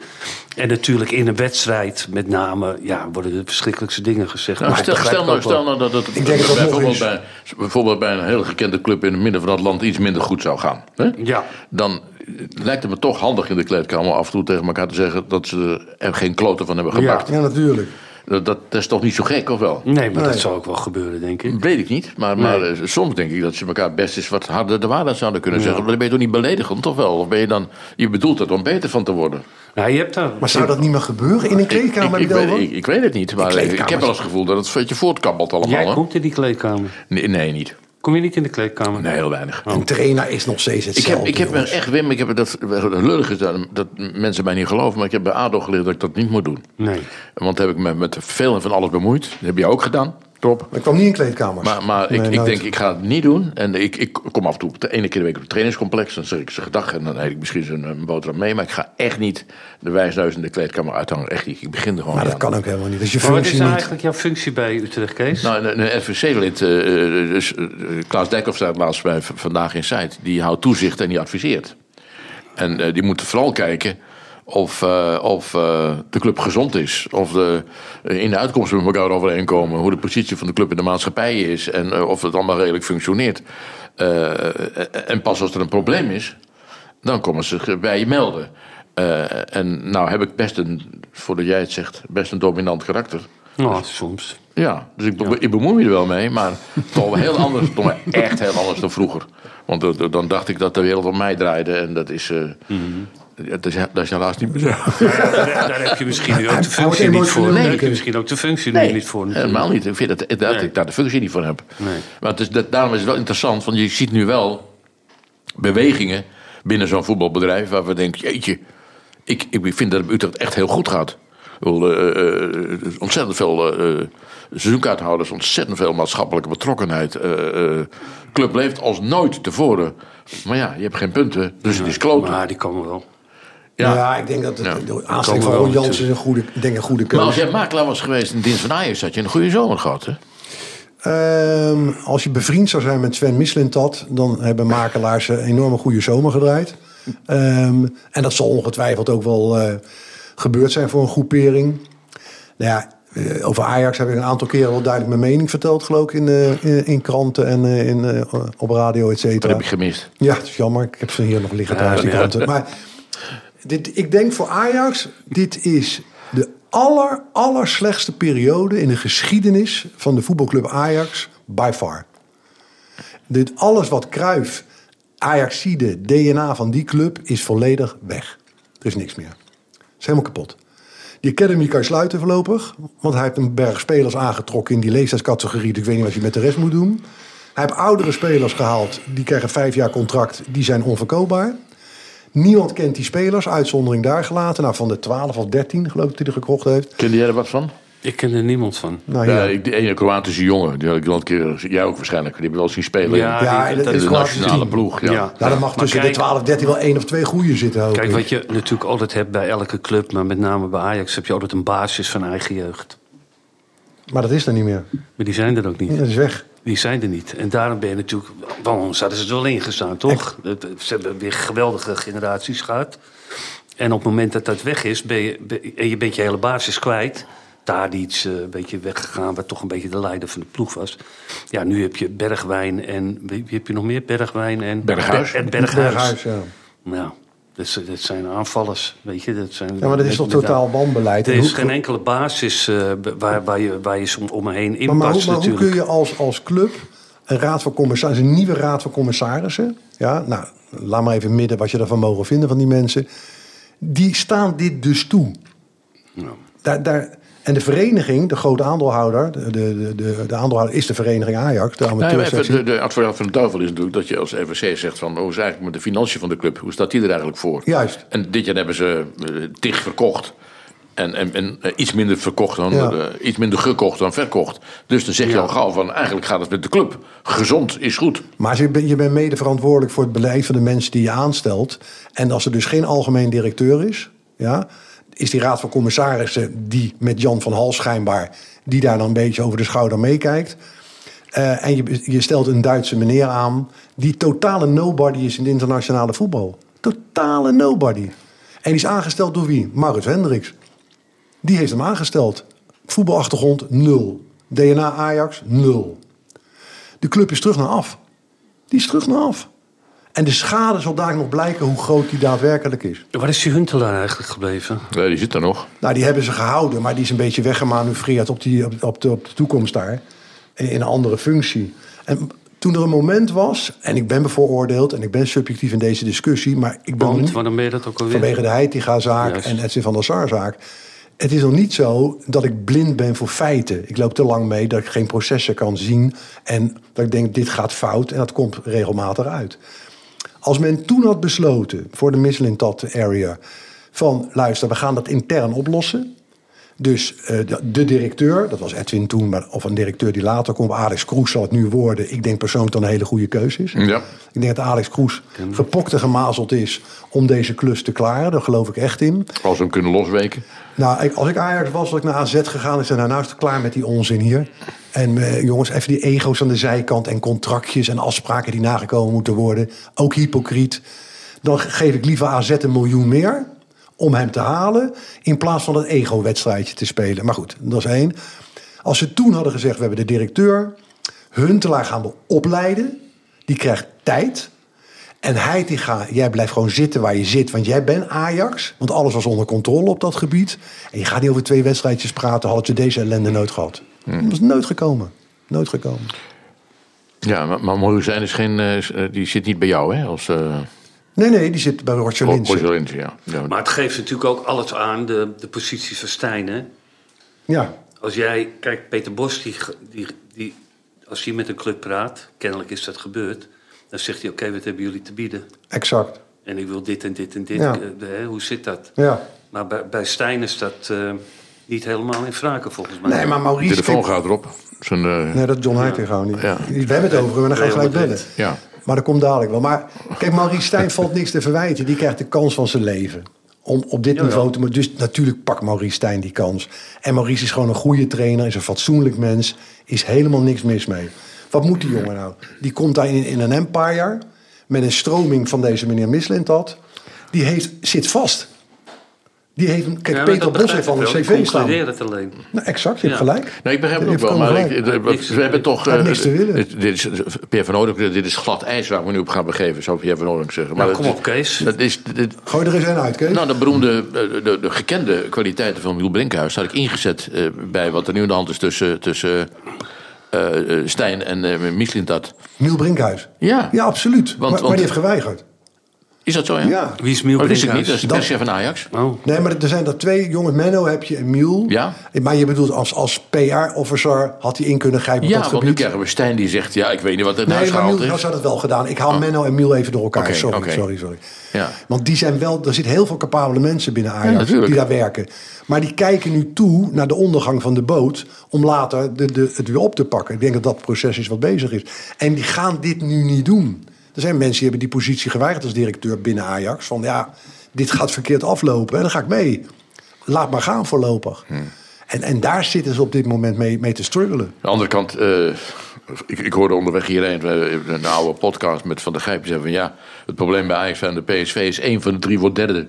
En natuurlijk in een wedstrijd, met name, ja, worden de verschrikkelijkste dingen gezegd.
Nou,
Maar
stel,
ik begrijp
stel, nou,
ook wel-
stel nou dat het
Ik denk dat dat nog
bijvoorbeeld,
is.
bij, bijvoorbeeld bij een hele gekende club in het midden van het land iets minder goed zou gaan. Hè?
Ja.
Dan eh, lijkt het me toch handig in de kleedkamer af en toe tegen elkaar te zeggen dat ze er geen kloten van hebben gebakt.
Ja, Mm. natuurlijk.
Dat, dat is toch niet zo gek, of wel?
Nee, maar
Nee.
dat zou ook wel gebeuren, denk ik.
Weet ik niet, maar, maar eh, soms denk ik dat ze elkaar best eens wat harder de waarheid zouden kunnen zeggen. Maar dan ben je toch niet beledigend, of wel? Of ben je dan, je bedoelt het om beter van te worden?
Nou, je hebt daar...
Maar zou dat niet meer gebeuren in een kleedkamer?
ik,
heb
ik,
je het
weet,
over?
ik, ik weet het niet, maar eh, ik
kleedkamers.
heb wel eens het gevoel dat het een beetje voortkabbelt allemaal.
Jij
hè?
komt in die kleedkamer.
Nee, nee, niet.
Kom je niet in de kleedkamer?
Nee, heel weinig.
Een trainer is nog steeds
Oh. Ik
hetzelfde.
heb, ik heb me
jongens.
echt, Wim, ik heb dat lullig is dat, dat mensen mij niet geloven, maar ik heb bij ADO geleerd dat ik dat niet moet doen.
Nee.
Want heb ik me met veel en van alles bemoeid. Dat heb je ook gedaan. Top.
Maar ik kwam niet in kleedkamers.
Maar, maar ik,
Nee,
ik
nooit.
denk, ik ga het niet doen. En ik, ik kom af en toe op de ene keer de week op het trainingscomplex. Dan zeg ik ze gedag en dan eet ik misschien zo'n eh, boterham mee. Maar ik ga echt niet de wijsneus in de kleedkamer uithangen. Echt niet. Ik begin er gewoon
Maar
niet
dat
aan.
kan ook helemaal niet. Dat is je
Maar wat
functie
is nou
niet.
eigenlijk jouw functie bij Utrecht, Kees?
Nou, een, een FVC-lid, eh, eh, dus, eh, Klaas Dijkhoff staat laatst bij V- Vandaag in Zuid. Die houdt toezicht en die adviseert. En eh, die moet vooral kijken of, eh, of eh, de club gezond is. Of de, eh, in de uitkomsten met elkaar overeenkomen. Hoe de positie van de club in de maatschappij is. En eh, of het allemaal redelijk functioneert. Eh, en pas als er een probleem is, dan komen ze bij je melden. Eh, en nou heb ik best een, voordat jij het zegt, best een dominant karakter.
Nou, soms.
Ja, dus ik, be- ik bemoei me er wel mee, maar toch wel heel anders, toch wel echt heel anders dan vroeger. Want eh, dan dacht ik dat de wereld om mij draaide en dat is, eh, dat is, dat is helaas niet meer zo.
daar, daar heb je misschien nu ook de Eh,
Hij wordt
functie niet voor.
emotioneel.
Daar heb je misschien ook de functie nu niet voor. natuurlijk.
helemaal niet. Ik vind dat, dat
Nee.
ik daar de functie niet voor heb.
Nee.
Maar het is, dat, daarom is het wel interessant, want je ziet nu wel bewegingen binnen zo'n voetbalbedrijf waar we denken, jeetje, ik, ik vind dat het bij Utrecht echt heel goed gaat. Ik bedoel, eh, eh, eh, ontzettend veel eh, eh, seizoenkaarthouders, ontzettend veel maatschappelijke betrokkenheid. Eh, eh, club leeft als nooit tevoren. Maar ja, je hebt geen punten, dus het is kloten.
Maar die komen wel.
Ja.
Ja.
ik denk dat het,
Ja.
de aanstelling van
Komen
Ron
wel
Jans is een goede, ik denk een goede
Maar als
keuze.
jij makelaar was geweest in dienst van Ajax, had je een goede zomer gehad, hè?
Ehm, als je bevriend zou zijn met Sven Mislintat, dan hebben makelaars een enorme goede zomer gedraaid. Ehm, en dat zal ongetwijfeld ook wel eh, gebeurd zijn voor een groepering. Nou ja, eh, over Ajax heb ik een aantal keren wel duidelijk mijn mening verteld, geloof ik, in, eh, in, in kranten en eh, in, eh, op radio, et
Dat
cetera.
heb je gemist.
Ja, het is jammer. Ik heb ze hier nog liggen thuis, die kanten. Maar dit, ik denk voor Ajax, dit is de aller, aller slechtste periode in de geschiedenis van de voetbalclub Ajax, by far. Dit alles wat Kruif, Ajaxide, DNA van die club is volledig weg. Er is niks meer. Het is helemaal kapot. Die academy kan je sluiten voorlopig. Want hij heeft een berg spelers aangetrokken in die leeftijdscategorie. Dus ik weet niet wat je met de rest moet doen. Hij heeft oudere spelers gehaald. Die krijgen vijf jaar contract. Die zijn onverkoopbaar. Niemand kent die spelers. Uitzondering daar gelaten. Nou, van de 12 of 13 geloof ik die hij gekocht heeft.
Kende jij er wat van?
Ik ken er niemand van.
Nou,
Ja,
ja.
ik, die ene Kroatische jongen, die had ik wel een keer, jij ook waarschijnlijk, die heb je wel zien spelen
Ja,
in,
Ja,
die-
dat
dat
in
is
de
Kroatische
nationale
team.
ploeg. Ja.
Ja.
Nou, dan mag
Maar
tussen
kijk-
de 12 en 13 wel één of twee goeie zitten. Hoop
Kijk,
ik.
wat je natuurlijk altijd hebt bij elke club, maar met name bij Ajax, heb je altijd een basis van eigen jeugd.
Maar dat is er niet meer.
Maar die zijn er ook niet.
Ja, dat is weg.
Die zijn er niet. En daarom ben je natuurlijk. Want anders hadden ze het wel ingestaan, toch? Het- Ze hebben weer geweldige generaties gehad. En op het moment dat dat weg is, ben je, ben- en je bent je hele basis kwijt. Daar iets eh, een beetje weggegaan, wat toch een beetje de leider van de ploeg was. Ja, nu heb je Bergwijn en. Wie wie heb je nog meer? Bergwijn en.
Berghuis.
En Berghuis.
Berghuis, ja.
Nou, dat, z- dat zijn aanvallers, weet je. Dat zijn,
Ja, maar dat is toch
met- met-
totaal wanbeleid.
Er
En
is
hoe-
geen enkele basis eh, b- waar, waar, je, waar je soms om me heen in
Maar, maar, hoe,
past
maar hoe
natuurlijk.
kun je als, als club een raad van commissarissen, een nieuwe raad van commissarissen, ja, nou, laat maar even midden wat je ervan mogen vinden van die mensen, die staan dit dus toe. Daar, daar, En de vereniging, de grote aandeelhouder, de, de, de, de aandeelhouder is de vereniging Ajax, de
Nou, maar even,
amateursectie.
de, de advocaat van de duivel is natuurlijk dat je als RVC zegt van hoe is eigenlijk met de financiën van de club, hoe staat die er eigenlijk voor?
Juist.
En dit jaar hebben ze eh, tig verkocht. En, en, en eh, iets minder verkocht dan
Ja.
eh, iets minder gekocht dan verkocht. Dus dan zeg je al gauw van eigenlijk gaat het met de club. Gezond is goed.
Maar je bent, je bent mede verantwoordelijk voor het beleid van de mensen die je aanstelt. En als er dus geen algemeen directeur is, ja, is die raad van commissarissen die met Jan van Hal schijnbaar, die daar dan een beetje over de schouder meekijkt. Eh, en je, je stelt een Duitse meneer aan die totale nobody is in het internationale voetbal. Totale nobody. En die is aangesteld door wie? Maurits Hendricks. Die heeft hem aangesteld. Voetbalachtergrond nul. DNA Ajax nul. De club is terug naar af. Die is terug naar af. En de schade zal daar nog blijken hoe groot die daadwerkelijk is.
Waar is die Huntelaar eigenlijk gebleven?
Nee, die zit er nog.
Nou, die hebben ze gehouden, maar die is een beetje weggemanoeuvreerd op, die, op, op de, op de toekomst daar. In in een andere functie. En toen er een moment was, en ik ben bevooroordeeld en ik ben subjectief in deze discussie, maar ik ben
Want,
niet-
waarom ben je dat ook alweer?
vanwege de Heitinga-zaak
Juist.
en Edwin van der Sar-zaak. Het is nog niet zo dat ik blind ben voor feiten. Ik loop te lang mee dat ik geen processen kan zien en dat ik denk dit gaat fout en dat komt regelmatig uit. Als men toen had besloten voor de Mislintat area van luister, we gaan dat intern oplossen. Dus eh, de, de directeur, dat was Edwin toen, maar, of een directeur die later komt, Alex Kroes zal het nu worden. Ik denk persoonlijk dat het een hele goede keuze is.
Ja.
Ik denk dat Alex Kroes gepokt en gemazeld is om deze klus te klaren. Daar geloof ik echt in.
Als we hem kunnen losweken.
Nou, ik- als ik Ajax was, was ik naar AZ gegaan. Ik zei, nou, nou is het klaar met die onzin hier. En eh, jongens, even die ego's aan de zijkant en contractjes en afspraken die nagekomen moeten worden. Ook hypocriet. Dan ge- geef ik liever AZ een miljoen meer om hem te halen. In plaats van dat ego-wedstrijdje te spelen. Maar goed, dat is één. Als ze toen hadden gezegd, we hebben de directeur. Huntelaar gaan we opleiden. Die krijgt tijd. En Heitinga, jij blijft gewoon zitten waar je zit. Want jij bent Ajax. Want alles was onder controle op dat gebied. En je gaat niet over twee wedstrijdjes praten. Hadden ze deze ellende nooit gehad. Dat is nooit gekomen. Nooit gekomen.
Ja, maar, maar Moruzijn is geen, eh, s- eh, die zit niet bij jou hè? Als uh,
Nee, nee, die zit bij Roger Linsen.
ja. ja.
Maar het geeft natuurlijk ook alles aan, de, de positie van Stijn. Hè?
Ja.
Als jij, kijk, Peter Bos, die, ge- die, die, als hij met een club praat, kennelijk is dat gebeurd, dan zegt hij: Oké, wat hebben jullie te bieden?
Exact.
En ik wil dit en dit en dit.
Ja.
Eh, de- hè, hoe zit dat?
Ja.
Maar bij, bij Stijn is dat eh, niet helemaal in vragen, volgens mij.
Nee, maar
de
Maurice...
telefoon
vindt-
gaat erop. Zijn, eh,
Nee, dat is John Heitinga gewoon niet.
Ja.
We hebben het over hem en dan ga je
Nee,
gelijk
omdat
bellen.
dit- ja.
Maar dat komt dadelijk wel. Maar kijk, Maurice Stijn valt niks te verwijten. Die krijgt de kans van zijn leven. Om op dit niveau te... mo- Dus natuurlijk pakt Maurice Stijn die kans. En Maurice is gewoon een goede trainer. Is een fatsoenlijk mens. Is helemaal niks mis mee. Wat moet die jongen nou? Die komt daar in, in een empire. Met een stroming van deze meneer Mislintat. Die heeft, zit vast. Die heeft... een- Kijk,
Ja, maar
Peter
dat
Bos
begrijp
heeft
ik
al een
wel. Ik
cv staan.
concludeer het alleen.
Nou, exact, je hebt
Ja.
gelijk.
Nee, ik begrijp het
Je hebt
ook wel, maar
gewoon
ik,
gelijk.
eh,
Niks te
we hebben toch...
Hij had
eh,
niks te willen.
dit- Dit is, Pierre van Oudonk, dit is glad ijs waar we nu op gaan begeven, zou Pierre van Oudonk zeggen. Maar
Nou, kom
dat-
op, Kees.
Dat is, dit-
Gooi er eens een uit, Kees.
nou, de beroemde, eh, de, de gekende kwaliteiten van Wiel Brinkhuis had ik ingezet eh, bij wat er nu aan de hand is tussen, tussen eh, eh, Stijn en uh, Mislintat.
Miel Brinkhuis.
Ja.
Ja, absoluut. maar, maar
want-
die heeft geweigerd.
Is dat zo, ja?
Ja.
Wie is Miel
Maar dat wist ik niet,
Brinkhuis?
dat is de
Dat-
perschef van Ajax.
Oh.
Nee, maar er zijn dat twee jongens. Menno heb je en Miel.
Ja.
Maar je bedoelt als, als PR-officer had hij in kunnen grijpen op
Ja,
dat
want nu
gebied.
krijgen we Stijn die zegt, ja, ik weet niet wat er nou
nee, maar
gehaald
Miel
is. Oh.
had het wel gedaan. Ik haal Menno en Miel even door elkaar.
Oké,
sorry,
oké.
sorry, sorry.
Ja.
Want die zijn wel, er zitten heel veel capabele mensen binnen Ajax
natuurlijk.
die daar werken. Maar die kijken nu toe naar de ondergang van de boot om later de, de, het weer op te pakken. Ik denk dat dat proces is wat bezig is. En die gaan dit nu niet doen. Er zijn mensen die hebben die positie geweigerd als directeur binnen Ajax. Van ja, dit gaat verkeerd aflopen en dan ga ik mee. Laat maar gaan voorlopig.
Hmm.
En, en daar zitten ze op dit moment mee, mee te struggelen.
Aan de andere kant, eh, ik, ik hoorde onderweg hierheen eh, een oude podcast met Van der Gijp. Die zei van ja, het probleem bij Ajax en de PSV is één van de drie wordt derde.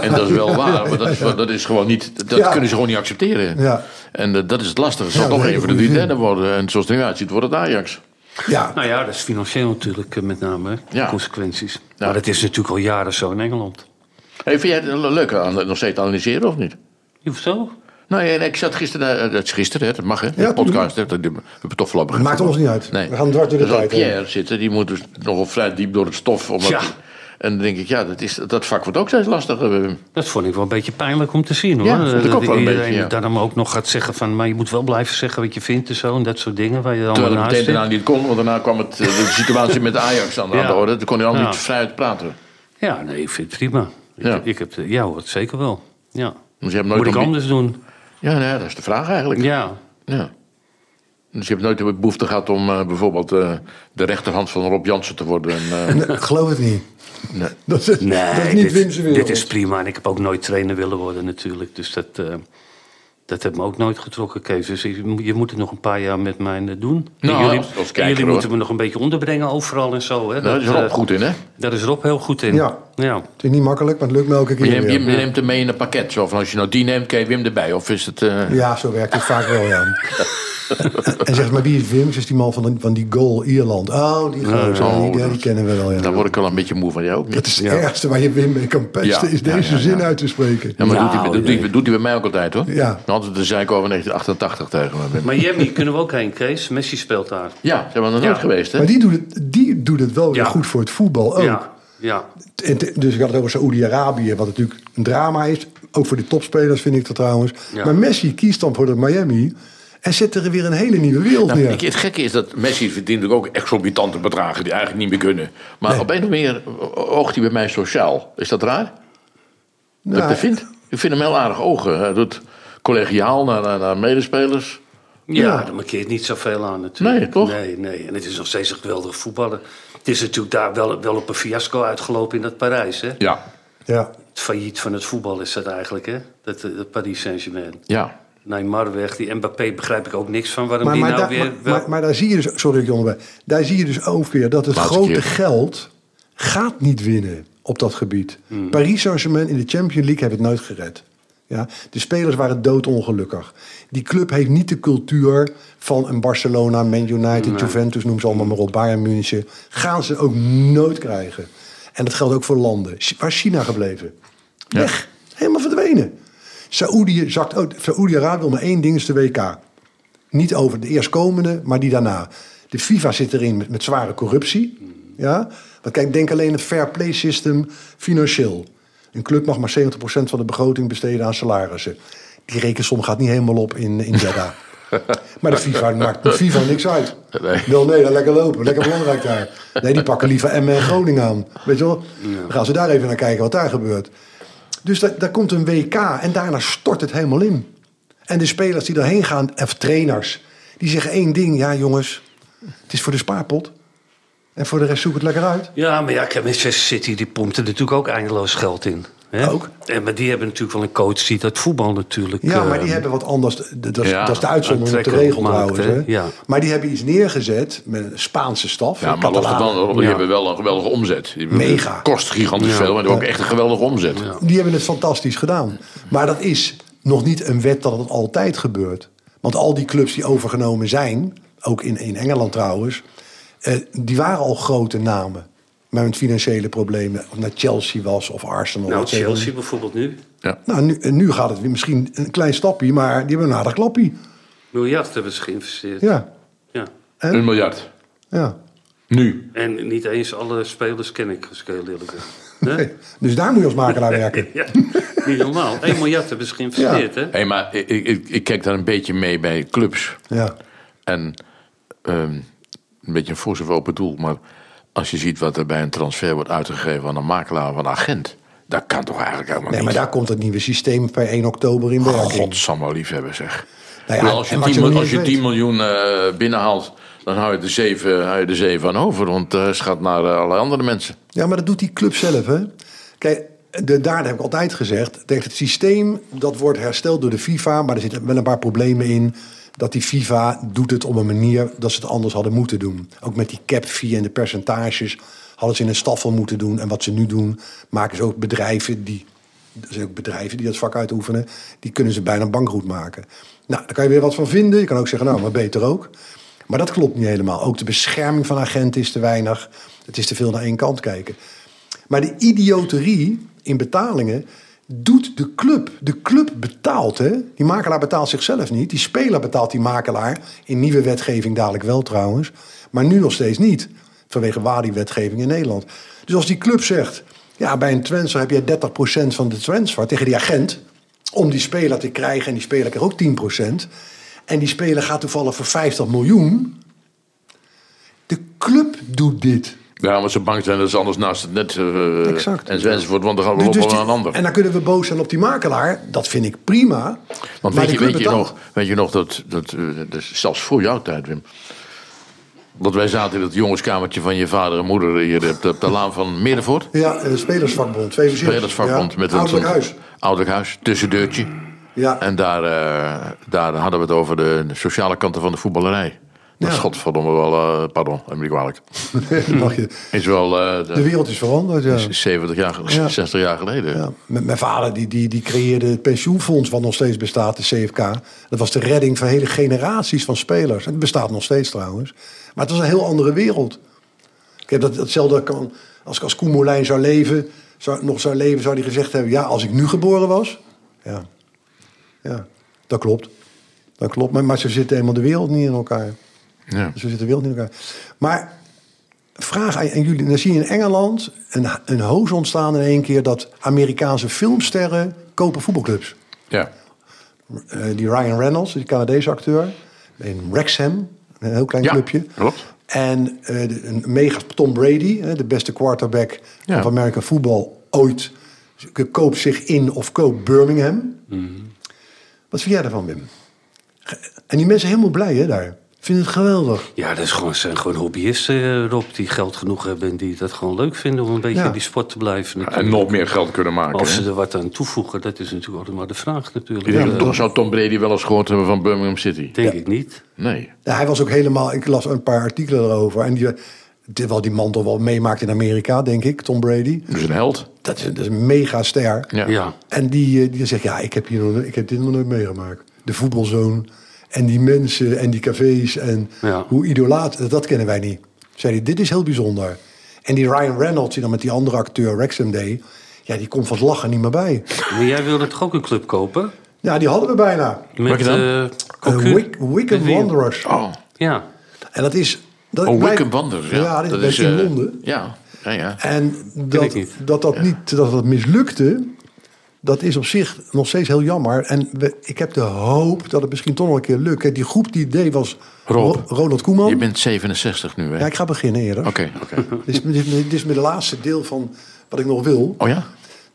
en dat is wel waar, maar dat, is- dat is gewoon niet, dat
Ja.
kunnen ze gewoon niet accepteren.
Ja.
En eh, dat is het lastige. Het zal
Ja,
toch
dat
één
heb
van
ik
de drie
gezien.
derde worden. En zoals het er nu uitziet, wordt het Ajax.
Ja,
Nou ja, dat is financieel natuurlijk eh, met name, hè,
Ja.
consequenties. Maar dat is natuurlijk al jaren zo in Engeland.
Hey, vind jij het le- leuk aan, nog steeds te analyseren of niet?
Hoezo?
Nou, ja, ik zat gisteren, eh, dat is gisteren, hè, dat mag hè, de
tuurlijk.
podcast, hè, dat, die- we hebben toch voorlopig
Maakt ons niet uit. We gaan dwars door de
Er zal
tijd heen.
Pierre zitten, die moet dus nogal vrij diep door het stof. Omdat
Tja.
hij- En dan denk ik, ja, dat, is, dat vak wordt ook steeds lastiger. Wim.
Dat vond ik wel een beetje pijnlijk om te zien hoor.
Ja, vond ik
Eh,
ook
dat
wel een
iedereen
beetje, ja.
daarom ook nog gaat zeggen van... maar je moet wel blijven zeggen wat je vindt en zo en dat soort dingen. Waar je allemaal
Terwijl het
naast
meteen
zit.
daarna niet kon, want daarna kwam het, eh, de situatie met Ajax aan de, aan de
Ja.
orde. Toen kon hij allemaal
Ja.
niet vrij uit praten.
Ja, nee, ik vind het prima. Ik,
Ja.
ik heb, de- ja hoor, zeker wel. Ja.
Dus je hebt nooit
Moet ik
ambi-
anders doen?
Ja, nou ja, dat is de vraag eigenlijk.
Ja.
Ja. Dus je hebt nooit de behoefte gehad om eh, bijvoorbeeld eh, de rechterhand van Rob Jansen te worden. En, eh,
Nee, ik geloof het niet. Dat, is,
Nee,
dat is niet Wim's
dit,
wereld.
dit is prima. En ik heb ook nooit trainer willen worden natuurlijk. Dus dat, eh, dat heeft me ook nooit getrokken, Kees. Dus je moet- je moet het nog een paar jaar met mij eh, doen. En
Nou,
jullie,
als- als
en
kijker,
jullie
hoor.
moeten me nog een beetje onderbrengen overal en zo. Hè?
nou, daar is Rob
eh,
goed in, hè?
Daar is Rob heel goed in.
Ja.
ja.
Het is niet makkelijk, maar het lukt me elke
Maar
keer
je, neemt- je
weer.
neemt hem mee in een pakket. Zo van als je nou die neemt, krijg je Wim erbij. Of is het... eh,
Ja, zo werkt het vaak wel, ja. en zeg maar, wie is Wim? Is die man van, van die goal Ierland? Oh, die, gozer,
oh,
die, ja,
dat-
die kennen we wel, ja.
Daar word ik wel een beetje moe van jou ook niet.
Dat is het ergste waar je Wim mee kan pesten,
Ja,
is
ja,
deze
ja,
zin
ja.
uit te spreken.
Ja, maar
Nou,
doet, hij, doet, hij, doet hij bij mij ook altijd, hoor.
Ja.
Altijd de zeik over 1988 tegen me. Wim.
Miami kunnen we ook heen, Kees. Messi speelt daar.
Ja, zijn we er nooit
Ja.
geweest, hè?
Maar die doet, het, die doet het wel weer
Ja.
goed voor het voetbal ook.
Ja, ja.
En te- dus ik had het over Saoedi-Arabië, wat natuurlijk een drama is. Ook voor de topspelers vind ik dat trouwens.
Ja.
Maar Messi kiest dan voor de Miami en zet er weer een hele nieuwe wereld
Nou,
neer.
ik- het gekke is dat Messi verdient natuurlijk ook exorbitante bedragen die eigenlijk niet meer kunnen. Maar op een of andere manier oogt hij bij mij sociaal. Is dat raar?
Nou,
Dat ik dat vind? Ik vind hem heel aardig ogen. Hij doet collegiaal naar, naar, naar medespelers.
Ja,
Ja.
daar markeert niet zoveel aan natuurlijk.
Nee, toch?
Nee, nee. En het is nog steeds een geweldige voetballer. Het is natuurlijk daar wel, wel op een fiasco uitgelopen in dat Parijs. Hè?
Ja.
Ja.
Het failliet van het voetbal is dat eigenlijk, hè? Dat, eh, dat Paris Saint-Germain.
Ja.
Neymar weg, die Mbappé begrijp ik ook niks van. Waarom
Maar,
die
maar,
nou
daar,
weer...
maar,
wel-
maar, maar daar zie je dus, sorry dat ik je onderbreek. daar zie je dus ook weer dat het
Laatste
grote
keer.
geld gaat niet winnen op dat gebied.
Hmm.
Paris Saint-Germain in de Champions League hebben het nooit gered. Ja, de spelers waren doodongelukkig. Die club heeft niet de cultuur van een Barcelona, Man United, Juventus, noem ze allemaal maar op, Bayern München. Gaan ze ook nooit krijgen. En dat geldt ook voor landen. Chi- Waar is China gebleven? Weg. Helemaal verdwenen. Saoedi zakt ook. Saoedi-Arabië wil maar één ding is de WK. Niet over de eerstkomende, maar die daarna. De FIFA zit erin met, met zware corruptie. Ja? Want kijk, denk alleen het fair play system financieel. Een club mag maar 70% van de begroting besteden aan salarissen. Die rekensom gaat niet helemaal op in, in Jeddah. maar de FIFA maakt de FIFA niks uit.
Nee.
Wel nee, dan lekker lopen. Lekker belangrijk daar. Nee, die pakken liever Emmen en Groningen aan. Weet je wel? Dan gaan ze daar even naar kijken wat daar gebeurt. Dus da- daar komt een WK en daarna stort het helemaal in. En de spelers die daarheen gaan, of trainers, die zeggen één ding: ja, jongens, het is voor de spaarpot. En voor de rest zoek het lekker uit.
Ja, maar ja, kijk, Manchester City die pompt er natuurlijk ook eindeloos geld in. Hè?
Ook.
En, maar die hebben natuurlijk wel een coach die dat voetbal natuurlijk...
Ja,
eh,
maar die hebben wat anders. Dat, dat is-
Ehm, Ja,
dat is de uitzondering op de
aantrekkelijk
regel
maakt,
trouwens. Hè?
hè? Ja.
Maar die hebben iets neergezet met een Spaanse staf.
Ja, maar los
Catalanen.
daarvan, Rob, die
Ja.
hebben wel een geweldige omzet. Die
Mega.
Kost gigantisch veel, maar die hebben ook echt een geweldige omzet.
Die hebben het fantastisch gedaan. Maar dat is nog niet een wet dat het altijd gebeurt. Want al die clubs die overgenomen zijn, ook in, in Engeland trouwens, eh, die waren al grote namen. Maar met financiële problemen. Of naar Chelsea was of Arsenal.
Nou,
et cetera.
Chelsea bijvoorbeeld nu.
Nou, nu, en nu gaat het weer misschien een klein stapje, maar die hebben een aardig klapje.
Miljard hebben ze geïnvesteerd.
Ja,
ja.
Een miljard.
ja.
Nu.
En niet eens alle spelers ken ik, als ik heel eerlijk ben. Hè?
Dus daar moet je als makelaar werken.
Ja, niet normaal. 1 miljard hebben ze geïnvesteerd, hè?
Hé, maar ik, ik, ik kijk daar een beetje mee bij clubs.
Ja.
En ehm, een beetje een voorzorg open doel. Maar als je ziet wat er bij een transfer wordt uitgegeven aan een makelaar of een agent. Dat kan toch eigenlijk helemaal
Nee, maar
niet.
daar komt het nieuwe systeem per 1 oktober
Oh,
in werking.
Godsamme liefhebben zeg.
Nou ja,
Maar als je
en wat
10,
je nog
miljoen-
niet
als je
eens
10 miljoen eh, binnenhaalt, dan hou je de 7, hou je de zeven aan over. Want de rest gaat naar eh, allerlei andere mensen.
Ja, maar dat doet die club zelf, hè? Kijk, de, daar heb ik altijd gezegd. tegen Het systeem dat wordt hersteld door de FIFA, maar er zitten wel een paar problemen in. Dat die FIFA doet het op een manier dat ze het anders hadden moeten doen. Ook met die cap fee en de percentages hadden ze in een staffel moeten doen. En wat ze nu doen, maken ze ook bedrijven die. Er zijn ook bedrijven die dat vak uitoefenen. Die kunnen ze bijna bankroet maken. Nou, daar kan je weer wat van vinden. Je kan ook zeggen, nou, maar beter ook. Maar dat klopt niet helemaal. Ook de bescherming van agenten is te weinig. Het is te veel naar één kant kijken. Maar de idioterie in betalingen doet de club. De club betaalt, hè? Die makelaar betaalt zichzelf niet. Die speler betaalt die makelaar. In nieuwe wetgeving dadelijk wel trouwens. Maar nu nog steeds niet. Vanwege waar die wetgeving in Nederland. Dus als die club zegt. Ja, bij een transfer heb je 30% van de transfer tegen die agent. Om die speler te krijgen. En die speler krijgt ook 10%. En die speler gaat toevallig voor 50 miljoen. De club doet dit.
Ja, maar ze bang zijn dat ze anders naast het net eh,
Exact.
en- enzovoort. Want dan gaan we
Dus-
lopen
dus die-
aan een ander.
En dan kunnen we boos zijn op die makelaar. Dat vind ik prima.
Want
Maar
weet je,
de club
weet, je
betaalt.
nog, weet je nog dat, dat, eh, dat is zelfs voor jouw tijd, Wim. Dat wij zaten in dat jongenskamertje van je vader en moeder hier op de, op de laan van Middenvoort.
Ja, eh, spelersvakbond. Twee verschillende.
Spelersvakbond
ja.
met een
Ouderlijk
zo'n-
huis.
Ouderlijk huis, tussendeurtje.
Ja.
En daar, eh, daar hadden we het over de sociale kanten van de voetballerij. Dat
Ja.
is godverdomme wel, eh, pardon, dat ben ik kwalijk.
Dan mag je-
Is wel eh,
De wereld is veranderd.
Dus
Ja.
70 jaar, gel-
Ja.
60 jaar geleden.
Ja, Met mijn vader die, die, die creëerde het pensioenfonds wat nog steeds bestaat, de CFK. Dat was de redding van hele generaties van spelers. Het bestaat nog steeds trouwens. Maar het was een heel andere wereld. Ik heb dat, datzelfde kan, als ik als Koen Moulijn zou leven, zou, nog zou leven, zou hij gezegd hebben: ja, als ik nu geboren was. Ja, ja dat klopt. Dat klopt. Maar, maar ze zitten eenmaal de wereld niet in elkaar.
Ja.
Zo zit de wereld in elkaar. Maar vraag aan aan jullie. Dan zie je in Engeland een, een hoos ontstaan in één keer... dat Amerikaanse filmsterren kopen voetbalclubs.
Ja.
Eh, die Ryan Reynolds, die Canadese acteur... in Wrexham, een heel klein
Ja,
clubje.
klopt.
En eh, de- een mega Tom Brady, hè, de beste quarterback
Ja.
van American voetbal ooit... koopt zich in of koopt Birmingham.
Mhm.
Wat vind jij daarvan, Wim? Ge- En die mensen helemaal blij, hè, daar. Vinden het geweldig.
Ja, dat is gewoon, zijn gewoon hobbyisten, eh, Rob, die geld genoeg hebben en die dat gewoon leuk vinden om een beetje
Ja.
in die sport te blijven.
En
natuurlijk.
nog meer geld kunnen maken.
Als
hè?
ze er wat aan toevoegen, dat is natuurlijk altijd maar de vraag natuurlijk.
Ik denk
Eh,
dat Tom, zou Tom Brady wel eens gehoord hebben van Birmingham City.
denk ik niet.
Nee.
Ja, hij was ook helemaal. Ik las een paar artikelen erover. En die, dit wel die man toch wel meemaakt in Amerika, denk ik, Tom Brady.
Dus een held.
Dat is, dat is een mega ster.
Ja.
Ja.
En die, eh, die zegt: Ja, ik heb, hier nog, ik heb dit nog nooit meegemaakt. De voetbalzoon. En die mensen en die cafés. En
Ja.
hoe idolaat. dat- Dat kennen wij niet. Zei hij: Dit is heel bijzonder. En die Ryan Reynolds, die dan met die andere acteur Wrexham deed. Ja, die komt van het lachen niet meer bij.
Maar jij wilde toch ook een club kopen?
Ja, die hadden we bijna.
Met
Welke dan?
eh,
Eh,
Cocu?
Wick, Wickham
Met wie?
Wanderers.
Oh,
Ja.
En dat is. Dat
oh
blijft-
Wickham Wanderers. Ja,
ja dat is in
eh,
Londen.
Ja, ja, ja.
En dat
ik niet.
dat, dat, niet, dat dat mislukte, dat is op zich nog steeds heel jammer. En we, ik heb de hoop dat het misschien toch nog een keer lukt. Kijk, die groep die idee was
Rob,
Ro- Ronald Koeman.
Je bent 67 nu, hè?
Ja,
Oké,
ik ga beginnen eerder.
oké.
Dit, is, dit, is- dit is mijn laatste deel van wat ik nog wil.
Oh ja?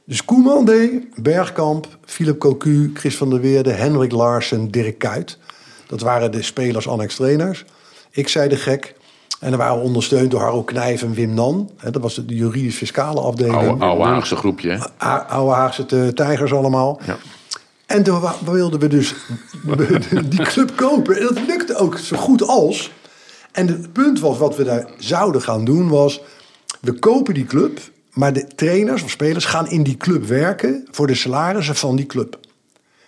Dus Koeman deed, Bergkamp, Philip Cocu, Chris van der Weerde, Henrik Larsen, Dirk Kuyt. Dat waren de spelers annex trainers. Ik zei de gek. En dan waren we ondersteund door Harro Knijf en Wim Nan. Hè, Dat was de juridisch-fiscale afdeling.
Oude, oude Haagse groepje, hè?
A- oude Haagse te- tijgers allemaal.
Ja.
En toen wa- wilden we dus die club kopen. En dat lukte ook zo goed als. En het punt was, wat we daar zouden gaan doen, was... we kopen die club, maar de trainers of spelers gaan in die club werken... voor de salarissen van die club.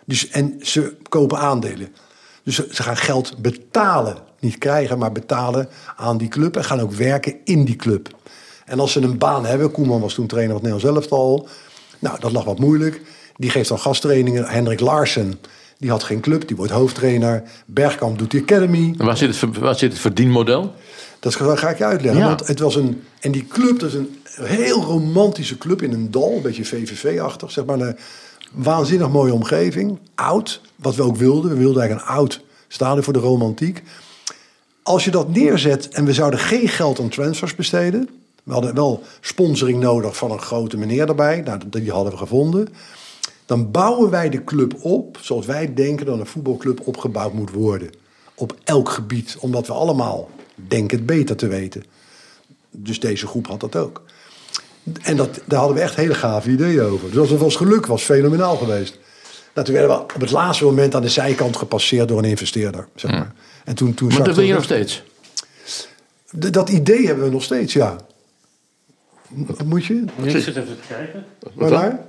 Dus, en ze kopen aandelen. Dus ze, ze gaan geld betalen. Niet krijgen, maar betalen aan die club. En gaan ook werken in die club. En als ze een baan hebben... Koeman was toen trainer van het Nederlands elftal. Nou, dat lag wat moeilijk. Die geeft dan gasttrainingen. Hendrik Larsen, die had geen club. Die wordt hoofdtrainer. Bergkamp doet die academy.
En Waar zit, het, ver- waar zit het verdienmodel?
Dat ga, ga ik je uitleggen.
Ja.
Want het was een, en die club, dat is een heel romantische club in een dal. Een beetje VVV-achtig, zeg maar. Een waanzinnig mooie omgeving. Oud, wat we ook wilden. We wilden eigenlijk een oud stadion voor de romantiek. Als je dat neerzet en we zouden geen geld aan transfers besteden. We hadden wel sponsoring nodig van een grote meneer erbij. Nou, die hadden we gevonden. Dan bouwen wij de club op zoals wij denken dat een voetbalclub opgebouwd moet worden. Op elk gebied, omdat we allemaal denken het beter te weten. Dus deze groep had dat ook. En dat, daar hadden we echt hele gave ideeën over. Dus als het was geluk, was het fenomenaal geweest. Nou, toen werden we op het laatste moment aan de zijkant gepasseerd door een investeerder. Zeg maar. En toen, toen
Maar dat
zakte
wil je nog
het weg.
steeds.
D- Dat idee hebben we nog steeds, ja. M- Wat moet je?
Ik zit even te kijken.
Waar?
dan?
waar?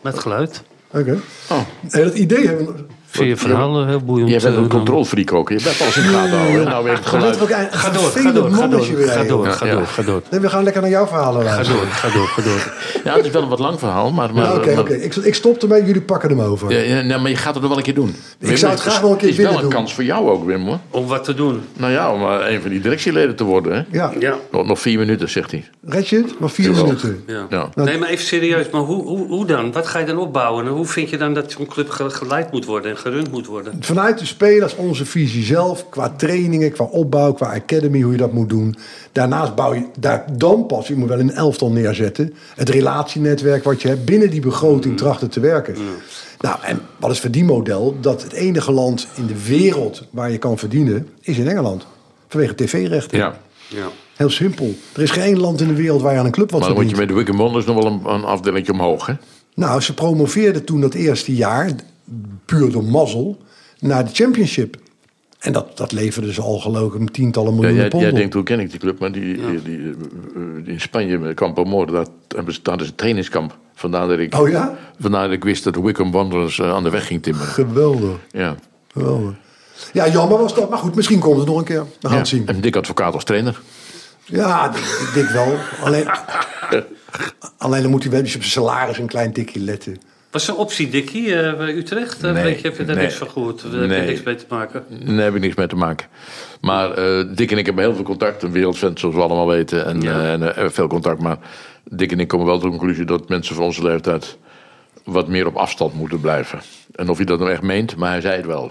Met geluid.
Oké.
Oh.
Nee, dat idee hebben we nog-
vind je verhaal eh, heel boeiend.
Jij bent
eh,
een
dan.
controlfreak ook. Je bent alles in de gaten houden. Nou weer het geluid.
Ga door, ga door, ga door, ga door, ga door, ga door.
Nee, we gaan lekker naar jouw verhalen
Ga
luisteren.
door, ga door, ga door.
Ja, het is wel een wat lang verhaal. Maar, maar,
Ja, Oké, oké.
maar-
Ik, ik stop ermee, jullie pakken hem over.
Ja, ja, nee, maar je gaat het nog wel een keer doen. Wim,
zou het graag wel een keer
is wel
willen
een
doen.
kans voor jou ook, Wim. Hoor.
Om wat te doen.
Nou ja, om eh, een van die directieleden te worden. Hè?
Ja,
Ja.
Nog, nog vier minuten, zegt hij.
red je het? Nog vier
Jawel.
minuten.
Ja.
Ja.
Nee, maar even serieus. Maar hoe, hoe, hoe dan? Wat ga je dan opbouwen? En hoe vind je dan dat zo'n club ge- geleid moet worden en gerund moet worden?
Vanuit de spelers onze visie zelf, qua trainingen, qua opbouw, qua academy, hoe je dat moet doen. Daarnaast bouw je daar dan pas, je moet wel een elftal neerzetten. Het relatienetwerk wat je hebt, binnen die
Mm.
begroting trachten te werken. Nou, en wat is verdienmodel? Dat het enige land in de wereld waar je kan verdienen, is in Engeland. Vanwege tv-rechten.
Ja.
Ja.
Heel simpel. Er is geen land in de wereld waar je aan een club wat
Maar dan
verdient.
moet je met de Wickham Wonders nog wel een, een afdelingje omhoog. Hè?
Nou, ze promoveerden toen dat eerste jaar, puur door mazzel, naar de championship. En dat, dat leverde ze al geloof ik tientallen
Ja,
miljoenen
jij,
pond
jij
op.
denkt, hoe ken ik die club? Maar die, die, die, eh, in Spanje, met Campo Amor, daar hebben ze- daar is een trainingskamp. Vandaar dat ik,
Oh ja?
vandaar dat ik wist dat de Wickham Wanderers eh, aan de weg ging timmeren.
Geweldig,
Ja.
geweldig. Ja, jammer was dat. Maar goed, misschien komt het nog een keer. We gaan
Ja.
het zien.
En Dick Advocaat als trainer.
Ja, ik denk wel. Alleen, alleen dan moet hij wel eens op zijn salaris een klein tikje letten.
Was er een optie, Dikkie, eh, bij Utrecht? Eh,
Nee,
Weet je, heb je daar
nee.
niks van gehoord? Daar heb
Nee.
je niks mee te maken?
Daar heb ik niks mee te maken. Maar eh, Dick en ik hebben heel veel contact. Een wereldvent, zoals we allemaal weten. En, eh, en eh, veel contact. Maar Dick en ik komen wel tot de conclusie dat mensen van onze leeftijd wat meer op afstand moeten blijven. En of hij dat nou echt meent, maar hij zei het wel.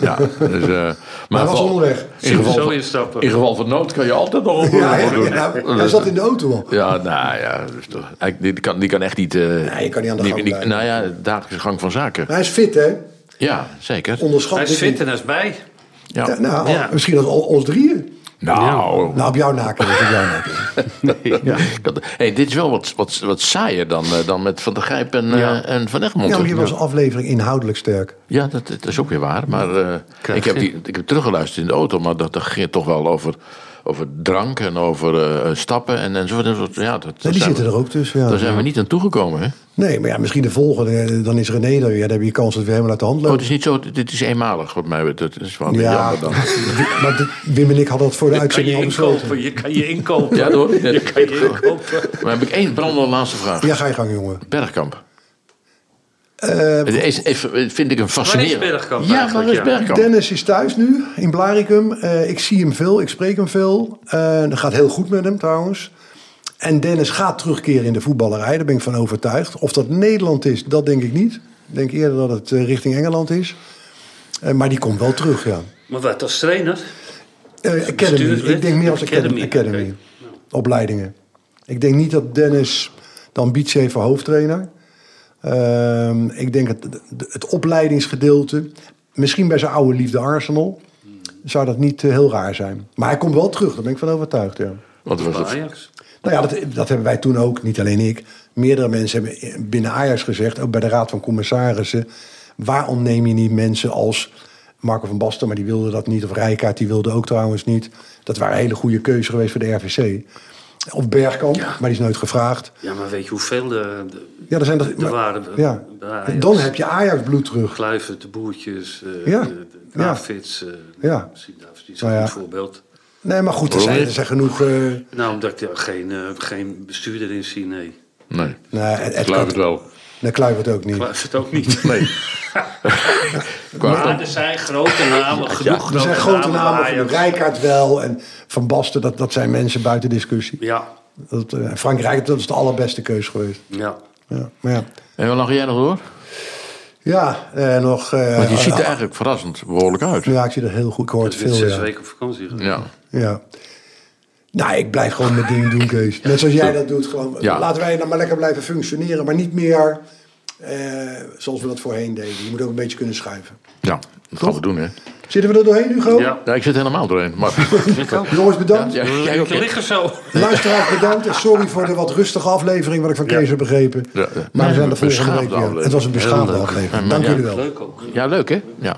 Ja, dus, eh, maar
hij was
geval-
onderweg.
In geval,
Zo
van,
instappen.
in geval van nood kan je altijd nog een
Ja,
beroep
ja,
doen.
ja, hij zat in de auto al.
Ja, nou ja, dus toch, hij- die, kan, die kan echt niet... eh,
je kan niet aan de gang blijven.
Nou ja, de dagelijkse gang van zaken.
Hij is fit, hè?
Ja, zeker.
Onderschat
Hij is
dit
fit
niet.
en hij is bij.
Ja.
Ja, nou,
Ja.
misschien als ons drieën.
nou,
Nou, op jouw naken. Op jouw naken.
Ja. Hey, dit is wel wat, wat, wat saaier dan, eh, dan met Van der Gijp en, eh, en Van Egmond.
Ja, maar hier was een aflevering inhoudelijk sterk.
Ja, dat, dat is ook weer waar. Maar eh,
Krijg
ik, heb
je.
die, ik heb teruggeluisterd in de auto, maar dat, dat ging toch wel over, over drank en over eh, stappen en, enzovoort. enzovoort. Ja, dat,
Nee, die zitten er ook tussen. Ja.
Daar zijn we niet aan toegekomen. Hè? Oh,
Nee, maar ja, misschien de volgende, eh, dan is René er weer. Dan heb je kans dat we helemaal uit de hand
het
lopen.
is niet zo, dit is eenmalig wat mij betreft. Dat Oh, is wel ja. jammer dan.
maar dit- Wim en ik hadden dat voor de
Je kan
uitzending
je
al besloten.
inkopen, je kan je inkopen.
Ja, door.
Je kan je inkopen.
Maar heb ik één brandende laatste vraag.
Ja, ga je gang, jongen.
Bergkamp.
Eh,
Het is, het vind ik een fascinerend.
Bergkamp
Ja, waar
eigenlijk,
is
ja?
Bergkamp?
Dennis is thuis nu in Blaricum. Eh, ik zie hem veel, ik spreek hem veel. Eh, dat gaat heel goed met hem trouwens. En Dennis gaat terugkeren in de voetballerij, daar ben ik van overtuigd. Of dat Nederland is, dat denk ik niet. Ik denk eerder dat het eh, richting Engeland is. Eh, maar die komt wel terug, ja.
Maar wat, als trainer?
Eh, academy.
Bestuurslid?
Ik denk meer als academy.
Academy,
academy. Opleidingen. Ik denk niet dat Dennis de ambitie heeft voor hoofdtrainer. Ehm, ik denk het, het opleidingsgedeelte. Misschien bij zijn oude liefde Arsenal. Zou dat niet eh, heel raar zijn. Maar hij komt wel terug, daar ben ik van overtuigd. Ja.
Want het
Bij
was
Ajax.
Nou ja, dat, dat hebben wij toen ook, niet alleen ik. Meerdere mensen hebben binnen Ajax gezegd, ook bij de Raad van Commissarissen... waarom neem je niet mensen als Marco van Basten, maar die wilde dat niet... of Rijkaard, die wilde ook trouwens niet. Dat waren hele goede keuzes geweest voor de RVC. Of Bergkamp, maar die is nooit gevraagd.
Ja, maar weet je hoeveel de, de
Ja, er zijn dat,
Er waren er
ja.
bij Ajax.
Dan heb je Ajax bloed terug.
Kluivert, de Boertjes, eh
Ja,
de, de
ja.
Davids. eh,
Ja.
Misschien Davids is
Nou
een
ja.
goed voorbeeld.
Nee, maar goed, er
Waarom
zijn,
niet?
er zijn genoeg... eh,
Nou, omdat ik daar geen, eh, geen bestuurder in zie, nee.
Nee,
nou, Ed, Ed
Kluivert
kan-
wel.
Nee, Kluivert ook niet.
Kluivert ook niet.
Nee.
Maar er zijn grote namen, genoeg
Er zijn grote namen,
bij
van
Ajax.
Rijkaard wel en Van Basten, dat, dat zijn mensen buiten discussie.
Ja,
Dat, eh, Frank Rijk, dat is de allerbeste keus geweest.
ja.
Ja, maar ja.
En wat lag jij nog door?
Ja, eh, nog... eh,
Want je ziet er
eh,
eigenlijk verrassend behoorlijk uit.
ja, ik zie er heel goed. Ik hoor het
Ik ben
veel,
zes
ja.
weken op vakantie geweest.
Ja.
ja. Nou, ik blijf gewoon mijn ding doen, Kees. Net zoals jij dat doet. Gewoon,
Ja.
Laten wij nou maar lekker blijven functioneren. Maar niet meer eh, zoals we dat voorheen deden. Je moet ook een beetje kunnen schuiven.
ja, dat gaan we doen, hè?
Zitten we er doorheen, Hugo?
Ja.
Ja, ik zit helemaal doorheen. Maar
Jongens, bedankt.
Ja,
Wil
jij
je
ook, hè?
liggen zo?
Luisteraars, bedankt. En sorry voor de wat rustige aflevering, wat ik van Kees heb begrepen.
ja.
Maar we zijn
Een
er volgende
beschaafde
week weer.
aflevering.
Het was een beschaafde
Heel leuk.
aflevering. Dank
ja.
jullie wel.
Leuk ook.
Ja, leuk, hè? Ja.